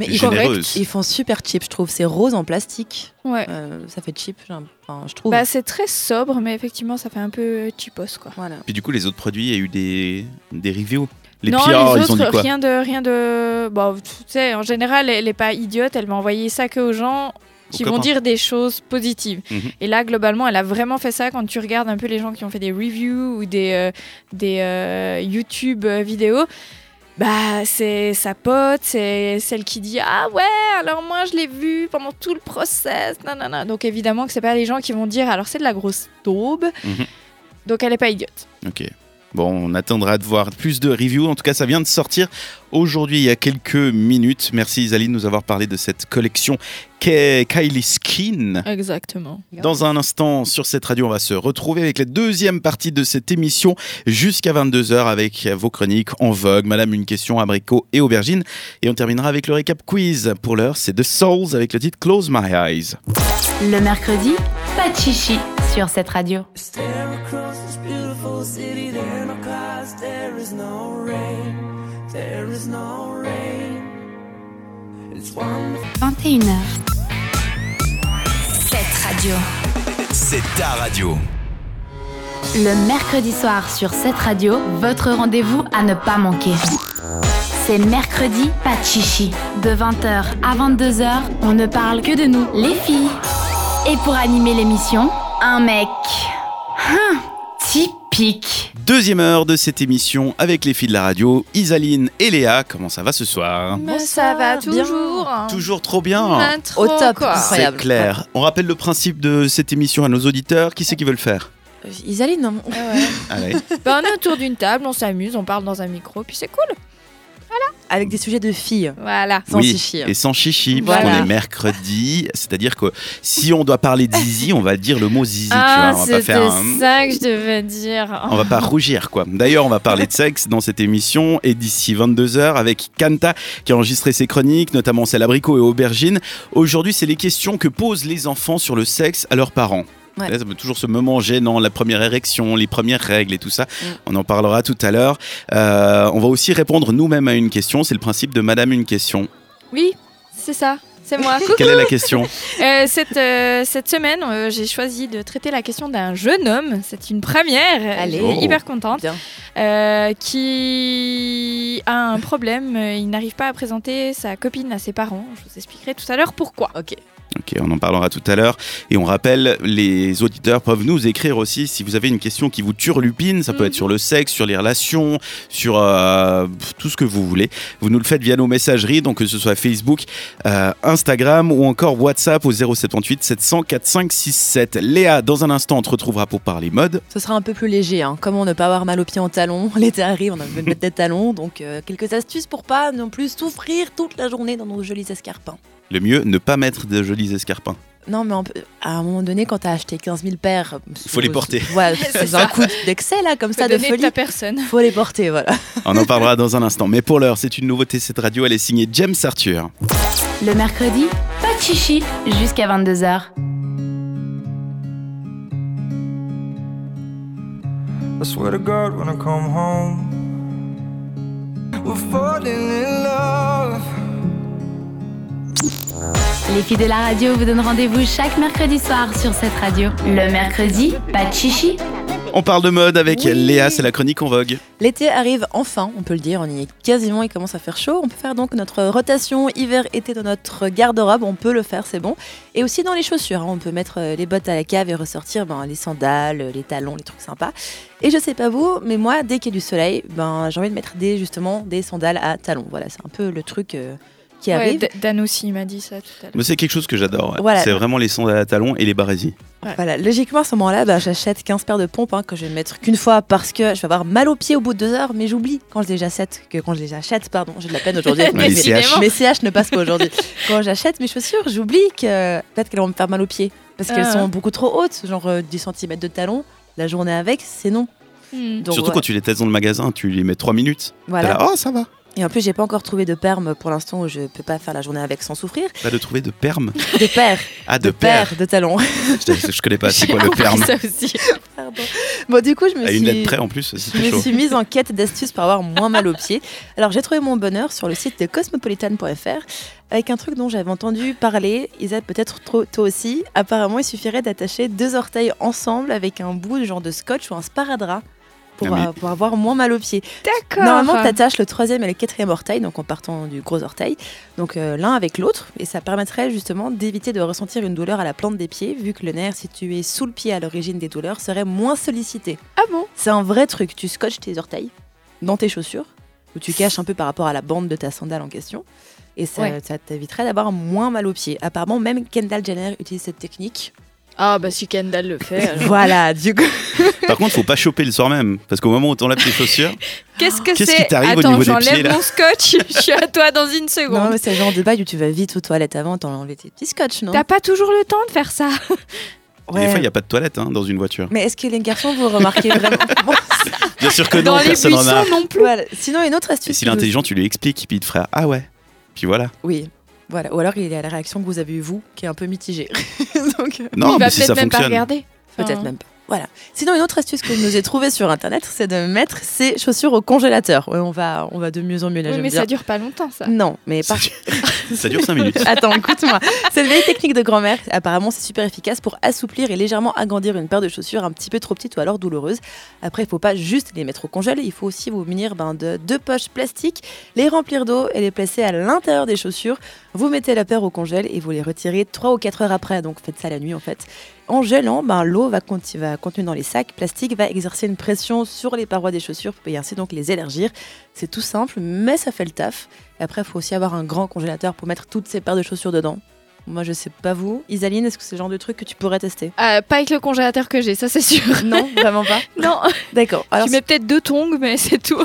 C: Mais
B: Et
C: ils font,
B: généreuse.
C: ils font super cheap, je trouve. C'est rose en plastique.
D: Ouais.
C: Euh, ça fait cheap, j'ai un- enfin, je trouve.
D: Bah, c'est très sobre, mais effectivement, ça fait un peu euh, cheapos quoi.
C: voilà.
B: Puis du coup, les autres produits, il y a eu des, des reviews. Les
D: non,
B: pires,
D: les
B: ils ont dit
D: autres,
B: quoi
D: rien de. Rien de... Bon, tu sais, en général, elle n'est pas idiote, elle va envoyer ça que aux gens qui
B: copains.
D: vont dire des choses positives.
B: Mhm.
D: Et là, globalement, elle a vraiment fait ça quand tu regardes un peu les gens qui ont fait des reviews ou des, euh, des euh, YouTube euh, vidéos. Bah, c'est sa pote, c'est celle qui dit Ah ouais, alors moi je l'ai vu pendant tout le process, nanana. Donc évidemment que c'est pas les gens qui vont dire Alors c'est de la grosse daube.
B: Mhm.
D: Donc elle est pas idiote.
B: Ok. Bon, on attendra de voir plus de reviews. En tout cas, ça vient de sortir aujourd'hui, il y a quelques minutes. Merci Isaline de nous avoir parlé de cette collection qu'est Kylie Skin.
D: Exactement.
B: Dans un instant, sur cette radio, on va se retrouver avec la deuxième partie de cette émission jusqu'à 22h avec vos chroniques en vogue, Madame une question, abricot et aubergine. Et on terminera avec le récap quiz. Pour l'heure, c'est The Souls avec le titre Close My Eyes.
A: Le mercredi, pas de chichi sur cette radio.
E: Stare across this beautiful city. There are no clouds. There is no rain. There is no rain. It's wonderful.
A: 21h. Cette radio.
K: C'est ta radio.
A: Le mercredi soir sur cette radio, votre rendez-vous à ne pas manquer. C'est mercredi, pas de chichi. De 20h à 22h, on ne parle que de nous, les filles. Et pour animer l'émission, un mec. Hum, typique.
B: Deuxième heure de cette émission avec les filles de la radio, Isaline et Léa. Comment ça va ce soir
D: Mais ça va toujours. hein.
B: Toujours trop bien.
D: Un trop,
C: Au top.
D: quoi.
B: C'est
C: Incroyable.
B: clair. On rappelle le principe de cette émission à nos auditeurs. Qui c'est qui veut le faire
C: Isaline, non
D: Ah ouais.
B: Allez.
D: Bah, on est autour d'une table, on s'amuse, on parle dans un micro, puis c'est cool.
C: avec des sujets de filles.
D: Voilà.
C: Sans
B: oui,
C: chichi.
B: Et sans chichi,
D: Voilà.
B: puisqu'on est mercredi. C'est-à-dire que si on doit parler de zizi, on va dire le mot zizi, tu vois. On va pas
D: c'était
B: faire un-
D: Ah,
B: Oh.
D: ça que je devais dire.
B: On va pas rougir, quoi. D'ailleurs, on va parler de sexe dans cette émission et d'ici 22h avec Kanta qui a enregistré ses chroniques, notamment celle abricot et aubergine. Aujourd'hui, c'est les questions que posent les enfants sur le sexe à leurs parents.
C: Ouais.
B: Là, ça peut toujours ce moment gênant, la première érection, les premières règles et tout ça. On en parlera tout à l'heure. Euh, on va aussi répondre nous-mêmes à une question. C'est le principe de Madame une question.
D: Oui, c'est ça.
B: *laughs*
D: C'est moi. Coucou.
B: Quelle est la question
D: Euh, cette, euh, cette semaine, euh, j'ai choisi de traiter la question d'un jeune homme. C'est une première.
C: Allez.
D: Je suis
B: Oh.
D: hyper contente.
C: Bien.
D: Euh, qui a un problème. euh, Il n'arrive pas à présenter sa copine à ses parents. Je vous expliquerai tout à l'heure pourquoi.
C: Ok.
B: Ok, on en parlera tout à l'heure. Et on rappelle, les auditeurs peuvent nous écrire aussi si vous avez une question qui vous turlupine. Ça peut
D: Mhm.
B: être sur le sexe, sur les relations, sur euh, pff, tout ce que vous voulez. Vous nous le faites via nos messageries, donc que ce soit Facebook, euh, Instagram ou encore WhatsApp au 078 700 4567. Léa, dans un instant, on te retrouvera pour parler mode.
C: Ce sera un peu plus léger. Hein. Comment ne pas avoir mal aux pieds en talons *laughs* L'été arrive, on a envie de mettre des talons. Donc, euh, quelques astuces pour pas non plus souffrir toute la journée dans nos jolis escarpins.
B: Le mieux, ne pas mettre de jolis escarpins.
C: Non, mais on peut- à un moment donné, quand t'as acheté 15 000 paires. Il
B: Faut les porter.
D: *laughs*
C: Ouais,
D: C'est
C: c'est un
D: ça.
C: coup d'excès, là, comme ça, de
D: Donner de
C: folie.
D: la personne.
C: Faut les porter, voilà.
B: On en parlera dans un instant. Mais pour l'heure, c'est une nouveauté cette radio. Elle est signée James Arthur.
A: Le mercredi, pas de chichi jusqu'à 22h.
E: I swear to God, when I come home, we're falling in love.
A: Les filles de la radio vous donnent rendez-vous chaque mercredi soir sur cette radio. Le mercredi, pas de chichi.
B: On parle de mode avec Léa, c'est la chronique en vogue.
C: L'été arrive enfin, on peut le dire, on y est quasiment, il commence à faire chaud. On peut faire donc notre rotation hiver-été dans notre garde-robe, on peut le faire, c'est bon. Et aussi dans les chaussures, hein, on peut mettre euh, les bottes à la cave et ressortir ben, les sandales, les talons, les trucs sympas. Et je sais pas vous, mais moi, dès qu'il y a du soleil, ben, j'ai envie de mettre des, justement des sandales à talons. Voilà, c'est un peu le truc euh, qui arrivent.
D: Ouais, Dan aussi m'a dit ça tout à l'heure.
B: Mais c'est quelque chose que j'adore. ouais.
C: Voilà.
B: C'est vraiment les sandales à talons et les barésies.
C: Voilà, logiquement à ce moment-là, bah, j'achète 15 paires de pompes hein, que je vais ne mettre qu'une fois parce que je vais avoir mal aux pieds au bout de deux heures, mais j'oublie quand je les achète, que quand je les achète, pardon, j'ai de la peine aujourd'hui. avec
B: Ouais,
C: mes,
B: les CH.
C: mes CH ne passent pas *laughs* aujourd'hui. quand j'achète mes chaussures, j'oublie que peut-être qu'elles vont me faire mal aux pieds parce qu'elles
D: Ah.
C: sont beaucoup trop hautes, genre euh, 10 cm de talon. La journée avec, c'est non.
D: Hmm.
C: Donc,
B: Surtout
C: ouais.
B: quand tu les testes dans le magasin, tu les mets 3 minutes.
C: Voilà.
B: T'as là, oh, ça va.
C: Et en plus, j'ai pas encore trouvé de perme pour l'instant où je peux pas faire la journée avec
B: *laughs*
C: sans souffrir.
B: T'as de trouver de perme.
C: De paire.
B: Ah, de,
C: paire.
B: perme.
C: de talons.
B: Je, je connais pas, c'est
C: J'ai
B: quoi le
C: appris
B: perme
C: ça aussi. Pardon. Bon, du coup, je me
B: À
C: suis.
B: une lettre près en plus,
C: Je
B: c'était
C: me
B: chaud.
C: suis mise en quête d'astuces pour avoir moins mal aux pieds. Alors j'ai trouvé mon bonheur sur le site de cosmopolitan.fr avec un truc dont j'avais entendu parler, Isa peut-être trop toi aussi. Apparemment, il suffirait d'attacher deux orteils ensemble avec un bout de genre de scotch ou un sparadrap pour,
D: Ah, mais-
C: euh, pour avoir moins mal aux pieds.
D: D'accord.
C: Normalement, tu attaches le troisième et le quatrième orteil, donc en partant du gros orteil, donc euh, l'un avec l'autre, et ça permettrait justement d'éviter de ressentir une douleur à la plante des pieds, vu que le nerf situé sous le pied à l'origine des douleurs serait moins sollicité.
D: Ah bon
C: C'est un vrai truc. Tu scotches tes orteils dans tes chaussures, ou tu caches un peu par rapport à la bande de ta sandale en question, et ça,
D: Ouais.
C: ça t'éviterait d'avoir moins mal aux pieds. Apparemment, même Kendall Jenner utilise cette technique.
D: Ah bah si Kendall le fait. alors.
C: *laughs*
D: *laughs*
C: Voilà, du coup.
B: Par contre, faut pas choper le soir même. Parce qu'au moment où t'enlèves tes chaussures,
D: Qu'est-ce que
B: Qu'est-ce
D: c'est
B: qui t'arrive au
D: Attends,
B: niveau des
D: j'enlève
B: pieds, là
D: mon scotch, *laughs* je suis à toi dans une
C: Non, mais
D: seconde.
C: c'est le genre de bail où tu vas vite aux toilettes avant, t'as enlevé tes petits scotch, non
D: T'as pas toujours le temps de faire ça.
B: des
C: Ouais.
B: fois, il n'y a pas de toilette hein, dans une voiture.
C: Mais est-ce que les garçons,
D: *laughs*
C: vous remarquez vraiment
B: Bien sûr que non, personne remarque.
D: non plus.
C: Sinon, une autre
B: Et
C: astuce.
B: s'il est intelligent, tu lui expliques, puis il te fera Ah ouais. Puis voilà.
C: Oui. Voilà. Ou alors, il est à la réaction que vous avez eue, vous, qui est un peu mitigée. *laughs* Donc, euh,
B: Non, Il va mais si peut-être ça même pas fonctionne.
D: regarder. Enfin-
C: Peut-être même pas. Voilà. Sinon, une autre astuce que je nous ai trouvée sur Internet, c'est de mettre ses chaussures au congélateur. Ouais, on va, on va de mieux en mieux là.
D: Oui,
C: j'aime
D: mais
C: bien.
D: ça dure pas longtemps ça.
C: Non, mais par
B: Ça dure 5 minutes.
C: Attends, écoute-moi. C'est une vieille technique de grand-mère. Apparemment, c'est super efficace pour assouplir et légèrement agrandir une paire de chaussures un petit peu trop petites ou alors douloureuses. Après, il faut pas juste les mettre au congèle. Il faut aussi vous munir ben, de deux poches plastiques, les remplir d'eau et les placer à l'intérieur des chaussures. Vous mettez la paire au congèle et vous les retirez 3 ou 4 heures après. Donc, faites ça la nuit en fait. En gelant, ben, l'eau va, conti- va contenue dans les sacs plastiques va exercer une pression sur les parois des chaussures et ainsi donc les élargir. C'est tout simple, mais ça fait le taf. Et après, il faut aussi avoir un grand congélateur pour mettre toutes ces paires de chaussures dedans. Moi, je sais pas vous. Isaline, est-ce que c'est le genre de truc que tu pourrais tester
D: *laughs* Euh, pas avec le congélateur que j'ai, ça c'est sûr.
C: *laughs* Non, vraiment pas.
D: *laughs* non.
C: D'accord. Alors,
D: tu mets peut-être deux tongs, mais c'est tout.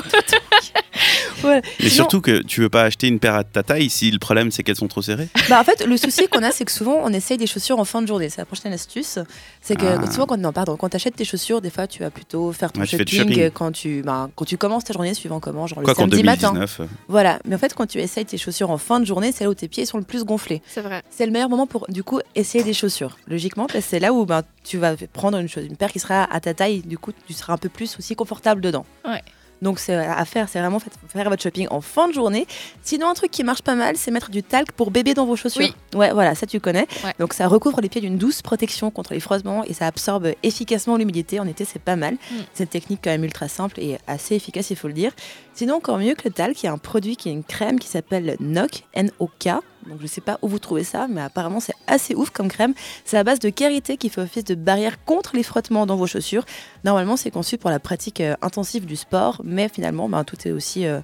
C: Voilà.
B: Mais
C: Sinon-
B: surtout que tu veux pas acheter une paire à ta taille si le problème c'est qu'elles sont trop serrées.
C: Bah, en fait, le souci qu'on a, c'est que souvent, on essaye des chaussures en fin de journée. C'est la prochaine astuce. C'est que
B: Ah.
C: souvent, quand, non, pardon, quand t'achètes tes chaussures, des fois, tu vas plutôt faire ton
B: Ouais, tu fais
C: shopping,
B: du shopping.
C: euh, Quand, tu, bah, quand tu commences ta journée, suivant comment, genre
B: Quoi
C: le
B: qu'en
C: samedi matin.
B: 2019. euh,
C: Voilà. Mais en fait, quand tu essayes tes chaussures en fin de journée, c'est là où tes pieds sont le plus gonflés.
D: C'est vrai.
C: C'est le meilleur moment pour, du coup, essayer des chaussures. Logiquement, parce que c'est là où ben, tu vas prendre une, chose- une paire qui sera à ta taille. Du coup, tu seras un peu plus aussi confortable dedans.
D: Ouais.
C: Donc, c'est à faire, c'est vraiment fait- faire votre shopping en fin de journée. Sinon, un truc qui marche pas mal, c'est mettre du talc pour bébé dans vos chaussures. Ouais, voilà, ça tu connais.
D: Ouais.
C: Donc, ça recouvre les pieds d'une douce protection contre les froissements et ça absorbe efficacement l'humidité. En été, c'est pas mal.
D: Mm.
C: C'est une technique quand même ultra simple et assez efficace, il faut le dire. Sinon, encore mieux que le talc, il y a un produit qui est une crème qui s'appelle NOK, N-O-K. Donc, je sais pas où vous trouvez ça, mais apparemment, c'est assez ouf comme crème. C'est à base de karité qui fait office de barrière contre les frottements dans vos chaussures. Normalement, c'est conçu pour la pratique euh, intensive du sport, mais finalement, ben, tout est aussi. euh,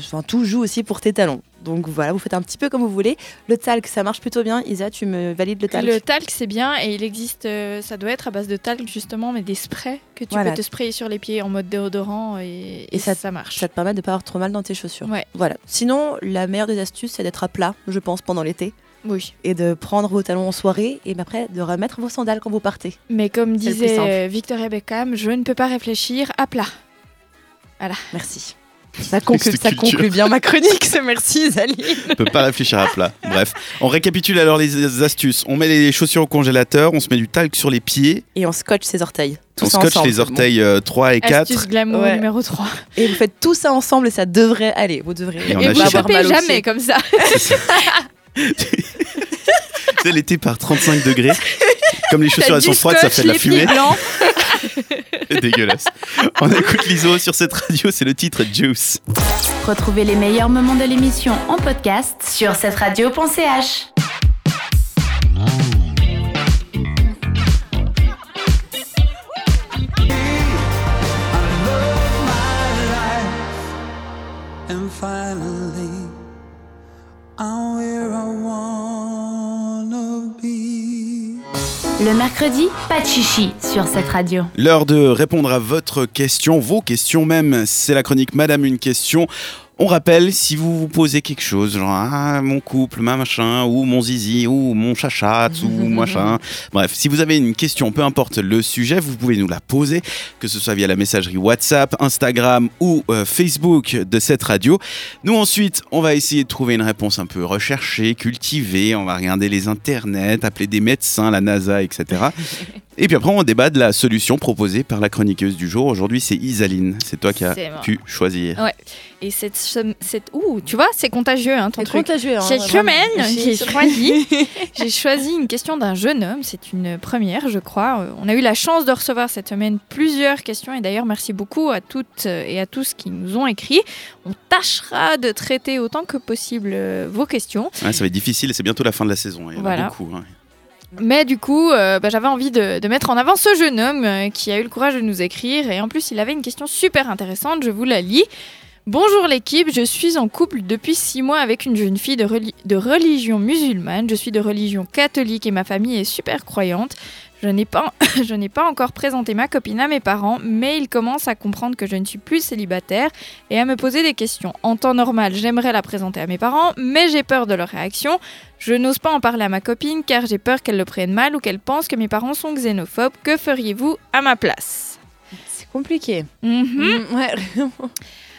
C: Enfin, tout joue aussi pour tes talons. Donc voilà, vous faites un petit peu comme vous voulez. Le talc, ça marche plutôt bien. Isa, tu me valides le talc
D: Le talc c'est bien et il existe, euh, ça doit être à base de talc justement, mais des sprays que tu
C: Voilà.
D: peux te sprayer sur les pieds en mode déodorant et, et
C: ça,
D: ça marche.
C: Ça te permet de pas avoir trop mal dans tes chaussures.
D: Ouais.
C: Voilà. Sinon, la meilleure des astuces, c'est d'être à plat, je pense, pendant l'été.
D: Oui.
C: Et de prendre vos talons en soirée et ben, après de remettre vos sandales quand vous partez.
D: Mais comme
C: C'est le plus simple.
D: disait euh, Victoria Beckham, je ne peux pas réfléchir à plat. Voilà.
C: Merci. Ça conclut,
B: Cette
C: ça
B: culture.
C: conclut bien ma chronique. ce Merci, Isaline.
B: On peut pas réfléchir à plat. Bref, on récapitule alors les astuces. On met les chaussures au congélateur, on se met du talc sur les pieds,
C: Et on scotche ses orteils. Tout
B: on
C: ça
B: scotche
C: ensemble.
B: les orteils euh, 3 et 4.
D: Astuce glamour
C: Ouais.
D: numéro 3.
C: Et vous faites tout ça ensemble et ça devrait aller. Vous devrez.
B: Et on
D: Et
B: a
D: vous
B: cherché-
D: chopez
C: Avoir mal aux
D: jamais
C: pieds.
D: comme ça.
B: *laughs* C'est l'été par 35 degrés. Comme les chaussures
D: T'as
B: elles sont
D: du
B: froides, ça
D: scotch,
B: fait de la
D: les pieds
B: fumée.
D: blancs.
B: C'est *laughs* dégueulasse. On écoute l'ISO sur cette radio, c'est le titre Juice.
A: Retrouvez les meilleurs moments de l'émission en podcast sur cette radio.ch.
E: And finally, I'm where I wanna be.
A: Le mercredi, pas de chichi sur cette radio.
B: L'heure de répondre à votre question, vos questions même. C'est la chronique Madame une question. On rappelle, si vous vous posez quelque chose, genre ah, mon couple, ma machin, ou mon zizi, ou mon chachat,
D: *laughs*
B: ou machin. Bref, si vous avez une question, peu importe le sujet, vous pouvez nous la poser, que ce soit via la messagerie WhatsApp, Instagram ou euh, Facebook de cette radio. Nous ensuite, on va essayer de trouver une réponse un peu recherchée, cultivée. On va regarder les internets, appeler des médecins, la NASA, etc.
D: *laughs*
B: Et puis après, on débat de la solution proposée par la chroniqueuse du jour. Aujourd'hui, c'est Isaline. C'est toi qui as
D: C'est moi.
B: pu choisir.
D: Ouais. Et cette, sem- cette ouh, tu vois, c'est contagieux hein, ton
C: C'est
D: truc.
C: contagieux, hein,
D: Cette
C: vraiment.
D: semaine,
C: J'ai-
D: j'ai choisi, j'ai choisi une question d'un jeune homme. C'est une première, je crois. Euh, On a eu la chance de recevoir cette semaine plusieurs questions et d'ailleurs, merci beaucoup à toutes euh, et à tous qui nous ont écrit. On tâchera de traiter autant que possible euh, vos questions.
B: Ouais, ça va être difficile, c'est bientôt la fin de la saison. Il y en a
D: Voilà.
B: beaucoup. hein.
D: Mais du coup, euh, bah, j'avais envie de, de mettre en avant ce jeune homme euh, qui a eu le courage de nous écrire. Et en plus, il avait une question super intéressante. Je vous la lis. Bonjour l'équipe, je suis en couple depuis six mois avec une jeune fille de, reli- de religion musulmane. Je suis de religion catholique et ma famille est super croyante. Je n'ai pas, *laughs* je n'ai pas encore présenté ma copine à mes parents, mais ils commencent à comprendre que je ne suis plus célibataire et à me poser des questions. En temps normal, j'aimerais la présenter à mes parents, mais j'ai peur de leur réaction. Je n'ose pas en parler à ma copine car j'ai peur qu'elle le prenne mal ou qu'elle pense que mes parents sont xénophobes. Que feriez-vous à ma place
C: C'est compliqué.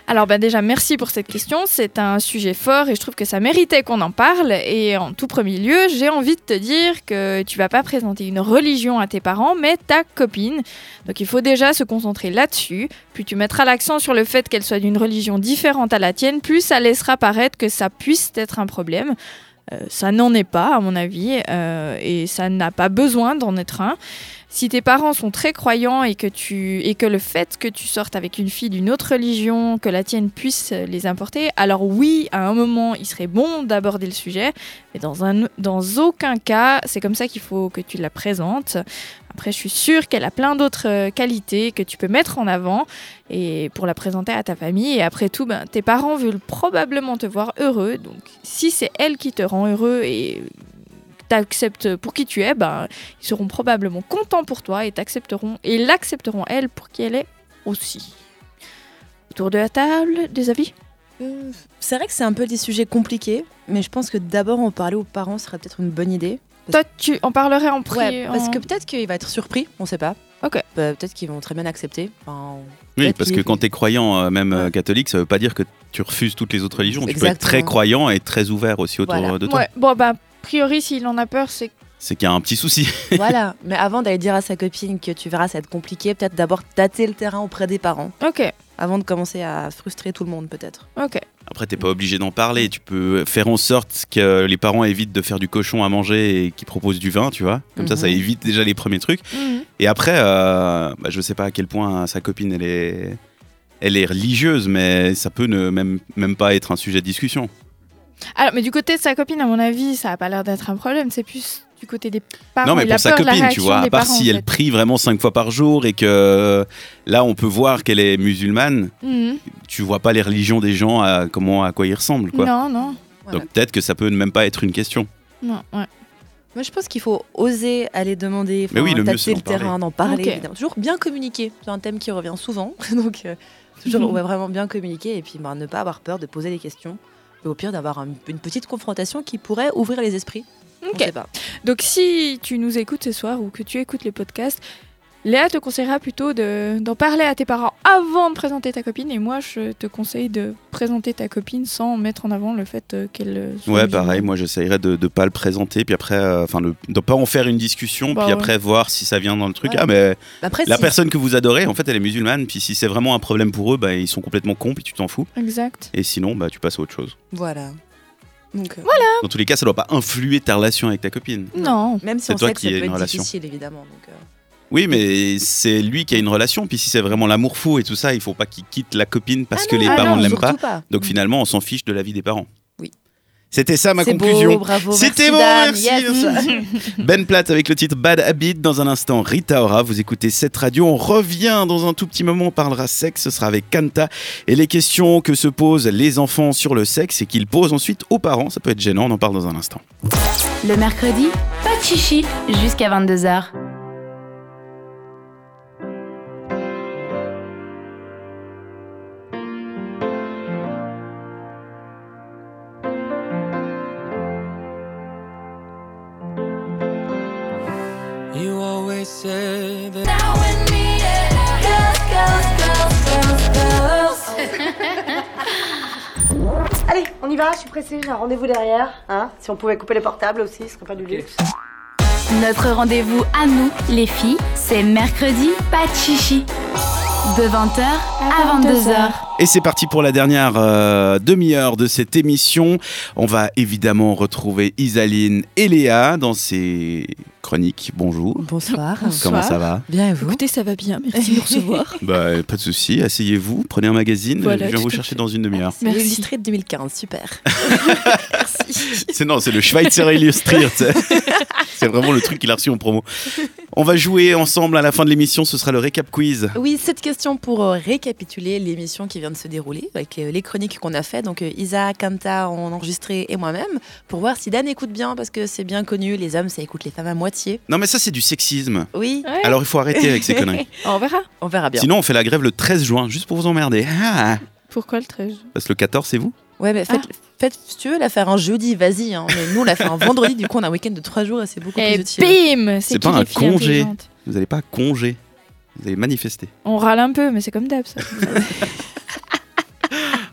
D: Alors bah déjà merci pour cette question, c'est un sujet fort et je trouve que ça méritait qu'on en parle et en tout premier lieu j'ai envie de te dire que tu vas pas présenter une religion à tes parents mais ta copine donc il faut déjà se concentrer là-dessus puis tu mettras l'accent sur le fait qu'elle soit d'une religion différente à la tienne plus ça laissera paraître que ça puisse être un problème Euh, ça n'en est pas, à mon avis, euh, et ça n'a pas besoin d'en être un. Si tes parents sont très croyants et que, tu, et que le fait que tu sortes avec une fille d'une autre religion que la tienne puisse euh, les importer, alors oui, à un moment, il serait bon d'aborder le sujet, mais dans, un, dans aucun cas, c'est comme ça qu'il faut que tu la présentes. Après, je suis sûre qu'elle a plein d'autres euh, qualités que tu peux mettre en avant et pour la présenter à ta famille. Et après tout, ben, tes parents veulent probablement te voir heureux. Donc, si c'est elle qui te rend heureux et t'acceptes pour qui tu es, ben, ils seront probablement contents pour toi et t'accepteront et l'accepteront elle pour qui elle est aussi. Autour de la table, des avis
C: Euh, C'est vrai que c'est un peu des sujets compliqués, mais je pense que d'abord en parler aux parents serait peut-être une bonne idée.
D: Toi, tu en parlerais en pri-
C: Ouais, parce
D: en-
C: que peut-être qu'il va être surpris, on sait pas. Bah,
D: Ok.
C: peut-être qu'ils vont très bien accepter. Enfin,
B: Oui,
C: peut-être
B: parce que
C: qu'il-
B: quand tu es croyant, euh, même euh, catholique, ça veut pas dire que tu refuses toutes les autres religions. Tu peux être très
C: Exactement.
B: croyant et très ouvert aussi autour
C: Voilà.
B: de toi.
D: Ouais, bon, ben, a priori, s'il en a peur, c'est
B: C'est qu'il y a un petit souci. *laughs*
C: voilà, *laughs* mais avant d'aller dire à sa copine que tu verras, ça va être compliqué, peut-être d'abord tâter le terrain auprès des parents.
D: Ok.
C: Avant de commencer à frustrer tout le monde, peut-être.
D: Ok.
B: Après, t'es pas obligé d'en parler. Tu peux faire en sorte que les parents évitent de faire du cochon à manger et qu'ils proposent du vin, tu vois. Comme ça, ça
C: Mhm.
B: évite déjà les premiers trucs.
D: Mhm.
B: Et après, euh, bah, je sais pas à quel point sa copine, elle est, elle est religieuse, mais ça peut ne même, même pas être un sujet de discussion.
D: Alors, mais du côté de sa copine, à mon avis, ça a pas l'air d'être un problème. C'est plus du côté des parents.
B: non, mais
D: et Ah la
B: pour sa
D: peur de la
B: copine, tu
D: réaction
B: vois, à
D: des
B: part
D: parents,
B: si
D: en
B: elle
D: fait.
B: prie vraiment cinq fois par jour et que là, on peut voir qu'elle est musulmane,
D: Mhm.
B: tu vois pas les religions des gens, à, comment, à quoi ils ressemblent, quoi.
D: Non, non.
B: Donc peut-être que ça peut ne même pas être une question.
D: Non, ouais.
C: Moi, je pense qu'il faut oser aller demander,
B: Mais
C: enfin,
B: oui, le mieux,
C: tâter
B: c'est d'en
C: le terrain,
B: parler.
C: d'en parler.
D: Ok.
C: évidemment. Toujours bien communiquer, c'est un thème qui revient souvent. *laughs* Donc, euh, toujours, on va vraiment bien communiquer et puis bah, ne pas avoir peur de poser des questions. Et au pire, d'avoir un- une petite confrontation qui pourrait ouvrir les esprits. On
D: Ok.
C: sait pas.
D: Donc si tu nous écoutes ce soir ou que tu écoutes le podcast, Léa te conseillera plutôt de- d'en parler à tes parents avant de présenter ta copine et moi je te conseille de présenter ta copine sans mettre en avant le fait euh, qu'elle euh, soit
B: Ouais,
D: musulmane.
B: pareil, moi j'essayerais de ne pas le présenter, puis après, euh, enfin, de de pas en faire une discussion,
D: Bah
B: puis
D: ouais.
B: après voir si ça vient dans le truc.
C: Ouais.
B: Ah, mais
C: Après,
B: la
C: si-
B: personne que vous adorez, en fait, elle est musulmane, puis si c'est vraiment un problème pour eux, bah, ils sont complètement cons, puis tu t'en fous.
D: Exact.
B: Et sinon, bah, tu passes à autre chose.
C: Voilà. Donc, euh,
D: Ah.
B: Dans tous les cas, ça doit pas influer ta relation avec ta copine.
D: Non.
C: Même si
B: C'est
C: on
B: toi
C: sait que
B: qui
C: ça
B: as une
C: peut être
B: relation.
C: difficile, évidemment. Donc, euh,
B: Oui, mais c'est lui qui a une relation, puis si c'est vraiment l'amour fou et tout ça, il faut pas qu'il quitte la copine parce que les
C: ah
B: parents
C: non,
B: ne l'aiment
C: surtout
B: pas.
C: pas.
B: Donc finalement, on s'en fiche de la vie des parents.
C: Oui.
B: C'était ça ma
C: C'est beau,
B: conclusion.
C: bravo,
B: C'était
C: merci,
B: bon,
C: dame,
B: merci.
C: yes. *laughs*
B: merci. ben Platt avec le titre Bad Habit. Dans un instant, Rita Ora. Vous écoutez cette radio. On revient dans un tout petit moment. On parlera sexe. Ce sera avec Kanta. Et les questions que se posent les enfants sur le sexe et qu'ils posent ensuite aux parents. Ça peut être gênant. On en parle dans un instant.
A: Le mercredi, pas de chichi jusqu'à 22h.
E: You always say that.
G: Now and me, yeah. Girls, girls, girls, girls, girls.
I: Allez, on y va, je suis pressée, j'ai un rendez-vous derrière. Hein si on pouvait couper les portables aussi, ce serait pas du luxe.
A: Notre rendez-vous à nous, les filles, c'est mercredi, pas de chichi. De 20h à 22h.
B: Et c'est parti pour la dernière euh, demi-heure de cette émission. On va évidemment retrouver Isaline et Léa dans ces chroniques. Bonjour.
C: Bonsoir.
B: Comment ça va
C: Bien, et vous
D: Écoutez, ça va bien, merci de nous *laughs* recevoir.
B: Bah, pas de souci, asseyez-vous, prenez un magazine,
D: Voilà,
B: je viens
D: tout
B: vous
D: à
B: chercher
D: fait.
B: dans une demi-heure.
C: C'est l'illustré de 2015, super. *laughs*
B: C'est non, c'est le Schweitzer
D: *laughs*
B: Illustriert. c'est vraiment le truc qu'il a reçu en promo. On va jouer ensemble à la fin de l'émission, ce sera le récap quiz.
C: Oui, cette question pour euh, récapituler l'émission qui vient de se dérouler, avec euh, les chroniques qu'on a fait. Donc euh, Isa, Kanta ont enregistré et moi-même, pour voir si Dan écoute bien, parce que c'est bien connu, les hommes, ça écoute les femmes à moitié.
B: Non mais ça c'est du sexisme.
C: Oui.
B: Alors il faut arrêter
D: *laughs*
B: avec ces conneries.
C: on verra. On verra bien.
B: Sinon on fait la grève le 13 juin, juste pour vous emmerder. Ah,
D: Pourquoi le 13
B: parce que le 14 c'est vous
C: Ouais, mais
B: Ah.
C: faites, faites- si tu veux la faire un jeudi, vas-y. hein. Mais nous, on l'a fait un vendredi, du coup, on a un week-end de trois jours et c'est beaucoup
B: Eh
D: Et
C: plus utile.
D: Eh, bim
B: C'est pas un congé. Vous n'allez pas à congé. Vous allez manifester.
D: On râle un peu, mais c'est comme d'hab ça.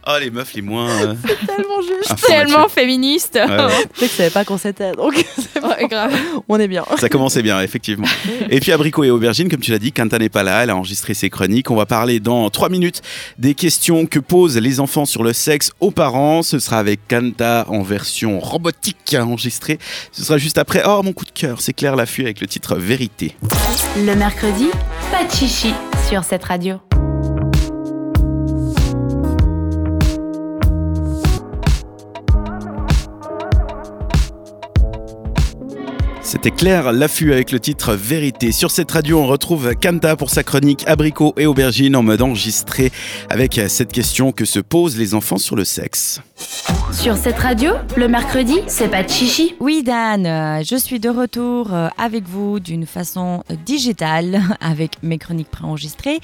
B: Oh les meufs les moins... euh,
C: tellement juste.
B: Ah, faut
D: *laughs* Tellement
B: là-dessus.
D: féministe.
B: Ouais, ouais.
C: Tu sais que je savais pas qu'on s'était, donc *laughs* c'est bon.
D: *laughs* Ouais, grave.
C: on est bien.
B: Ça commençait bien, effectivement. Et puis Abricot et Aubergine, comme tu l'as dit, Quinta n'est pas là, elle a enregistré ses chroniques. On va parler dans trois minutes des questions que posent les enfants sur le sexe aux parents. Ce sera avec Quinta en version robotique enregistrée. Ce sera juste après. Oh, mon coup de cœur, c'est Claire Laffut avec le titre Vérité.
A: Le mercredi, pas de chichi sur cette radio.
B: C'était Claire Laffut avec le titre Vérité. Sur cette radio, on retrouve Kanta pour sa chronique Abricot et Aubergine en mode enregistré avec cette question que se posent les enfants sur le
C: *laughs*
B: sexe.
A: Sur cette radio, le mercredi, c'est pas de chichi.
F: Oui, Dan, euh, je suis de retour euh, avec vous d'une façon digitale, *laughs* avec mes chroniques préenregistrées.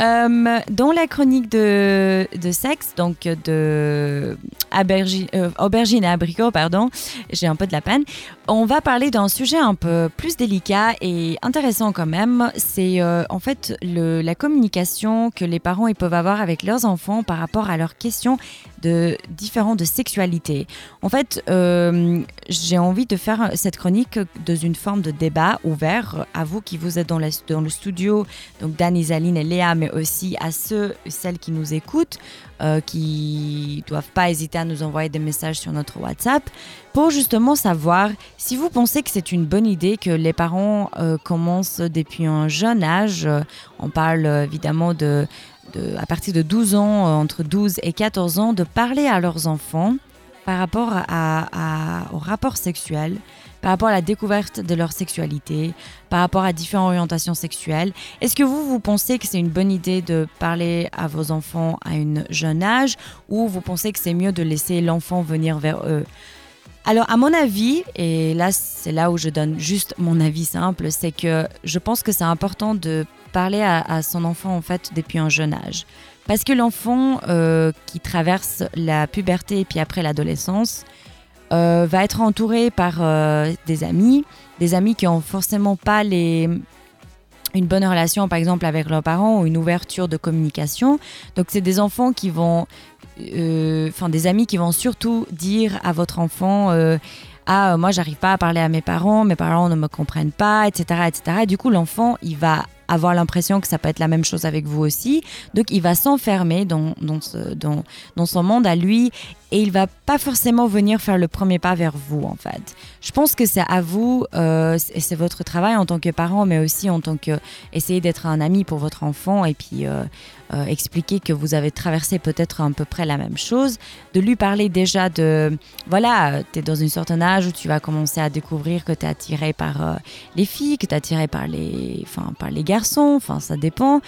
F: Euh, dans la chronique de, de sexe, donc de Abergi- euh, aubergine et abricot, pardon, j'ai un peu de la peine, on va parler d'un sujet un peu plus délicat et intéressant quand même. C'est euh, en fait le- la communication que les parents ils peuvent avoir avec leurs enfants par rapport à leurs questions de différents de sexualité. En fait, euh, j'ai envie de faire cette chronique dans une forme de débat ouvert à vous qui vous êtes dans, la- dans le studio, donc Dan, Isaline et Léa, mais aussi à ceux et celles qui nous écoutent, euh, qui doivent pas hésiter à nous envoyer des messages sur notre WhatsApp pour justement savoir si vous pensez que c'est une bonne idée que les parents euh, commencent depuis un jeune âge. Euh, On parle euh, évidemment de, de- à partir de 12 ans, euh, entre 12 et 14 ans, de parler à leurs enfants par rapport à, à- au rapport sexuel, par rapport à la découverte de leur sexualité, par rapport à différentes orientations sexuelles. Est-ce que vous, vous pensez que c'est une bonne idée de parler à vos enfants à un jeune âge ou vous pensez que c'est mieux de laisser l'enfant venir vers eux alors, à mon avis, et là, c'est là où je donne juste mon avis simple, c'est que je pense que c'est important de parler à, à son enfant, en fait, depuis un jeune âge. Parce que l'enfant euh, qui traverse la puberté et puis après l'adolescence euh, va être entouré par euh, des amis, des amis qui ont forcément pas les, une bonne relation, par exemple, avec leurs parents ou une ouverture de communication. Donc, c'est des enfants qui vont. euh, Enfin, des amis qui vont surtout dire à votre enfant. euh, ah, euh, moi, j'arrive pas à parler à mes parents, mes parents ne me comprennent pas, etc. etc. Et du coup, l'enfant, il va avoir l'impression que ça peut être la même chose avec vous aussi. Donc il va s'enfermer dans, dans, ce- dans- dans son monde à lui et il va pas forcément venir faire le premier pas vers vous en fait. Je pense que c'est à vous, euh, c- et c'est votre travail en tant que parent, mais aussi en tant que essayer d'être un ami pour votre enfant et puis euh, euh, expliquer que vous avez traversé peut-être à peu près la même chose, de lui parler déjà de voilà, tu es dans une certain âge où tu vas commencer à découvrir que tu es attiré par euh, les filles, que tu es attiré par les enfin par les garçons, enfin ça dépend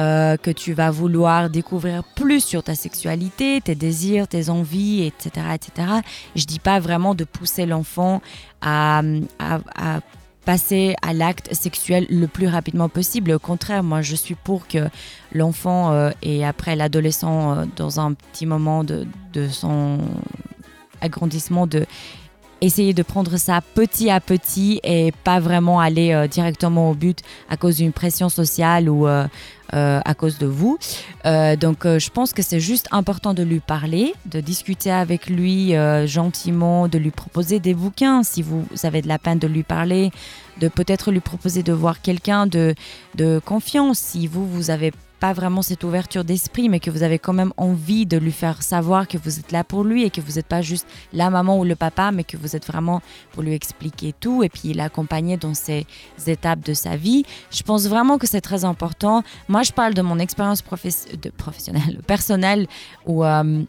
F: euh, que tu vas vouloir découvrir plus sur ta sexualité, tes désirs, tes envies, etc. etc. Je dis pas vraiment de pousser l'enfant à- à- à passer à l'acte sexuel le plus rapidement possible. Au contraire, moi je suis pour que l'enfant euh, et après l'adolescent euh, dans un petit moment de, de son agrandissement de essayer de prendre ça petit à petit et pas vraiment aller euh, directement au but à cause d'une pression sociale ou euh, euh, à cause de vous. Euh, donc euh, je pense que c'est juste important de lui parler, de discuter avec lui euh, gentiment, de lui proposer des bouquins si vous avez de la peine de lui parler, de peut-être lui proposer de voir quelqu'un de, de confiance si vous, vous avez pas vraiment cette ouverture d'esprit, mais que vous avez quand même envie de lui faire savoir que vous êtes là pour lui et que vous n'êtes pas juste la maman ou le papa, mais que vous êtes vraiment pour lui expliquer tout et puis l'accompagner dans ses étapes de sa vie. Je pense vraiment que c'est très important. Moi, je parle de mon expérience professe- de professionnelle, *laughs* personnelle, où euh,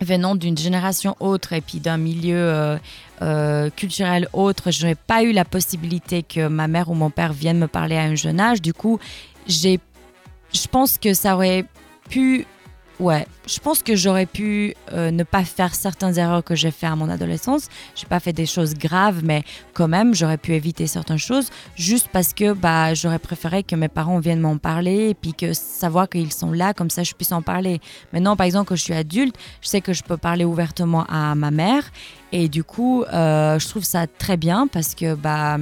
F: venant d'une génération autre et puis d'un milieu euh, euh, culturel autre, je n'ai pas eu la possibilité que ma mère ou mon père viennent me parler à un jeune âge. Du coup, j'ai, je pense que ça aurait pu... Ouais, je pense que j'aurais pu euh, ne pas faire certaines erreurs que j'ai fait à mon adolescence. J'ai pas fait des choses graves, mais quand même, j'aurais pu éviter certaines choses juste parce que bah j'aurais préféré que mes parents viennent m'en parler et puis que savoir qu'ils sont là, comme ça, je puisse en parler. Maintenant, par exemple, que je suis adulte, je sais que je peux parler ouvertement à ma mère et du coup, euh, je trouve ça très bien parce que bah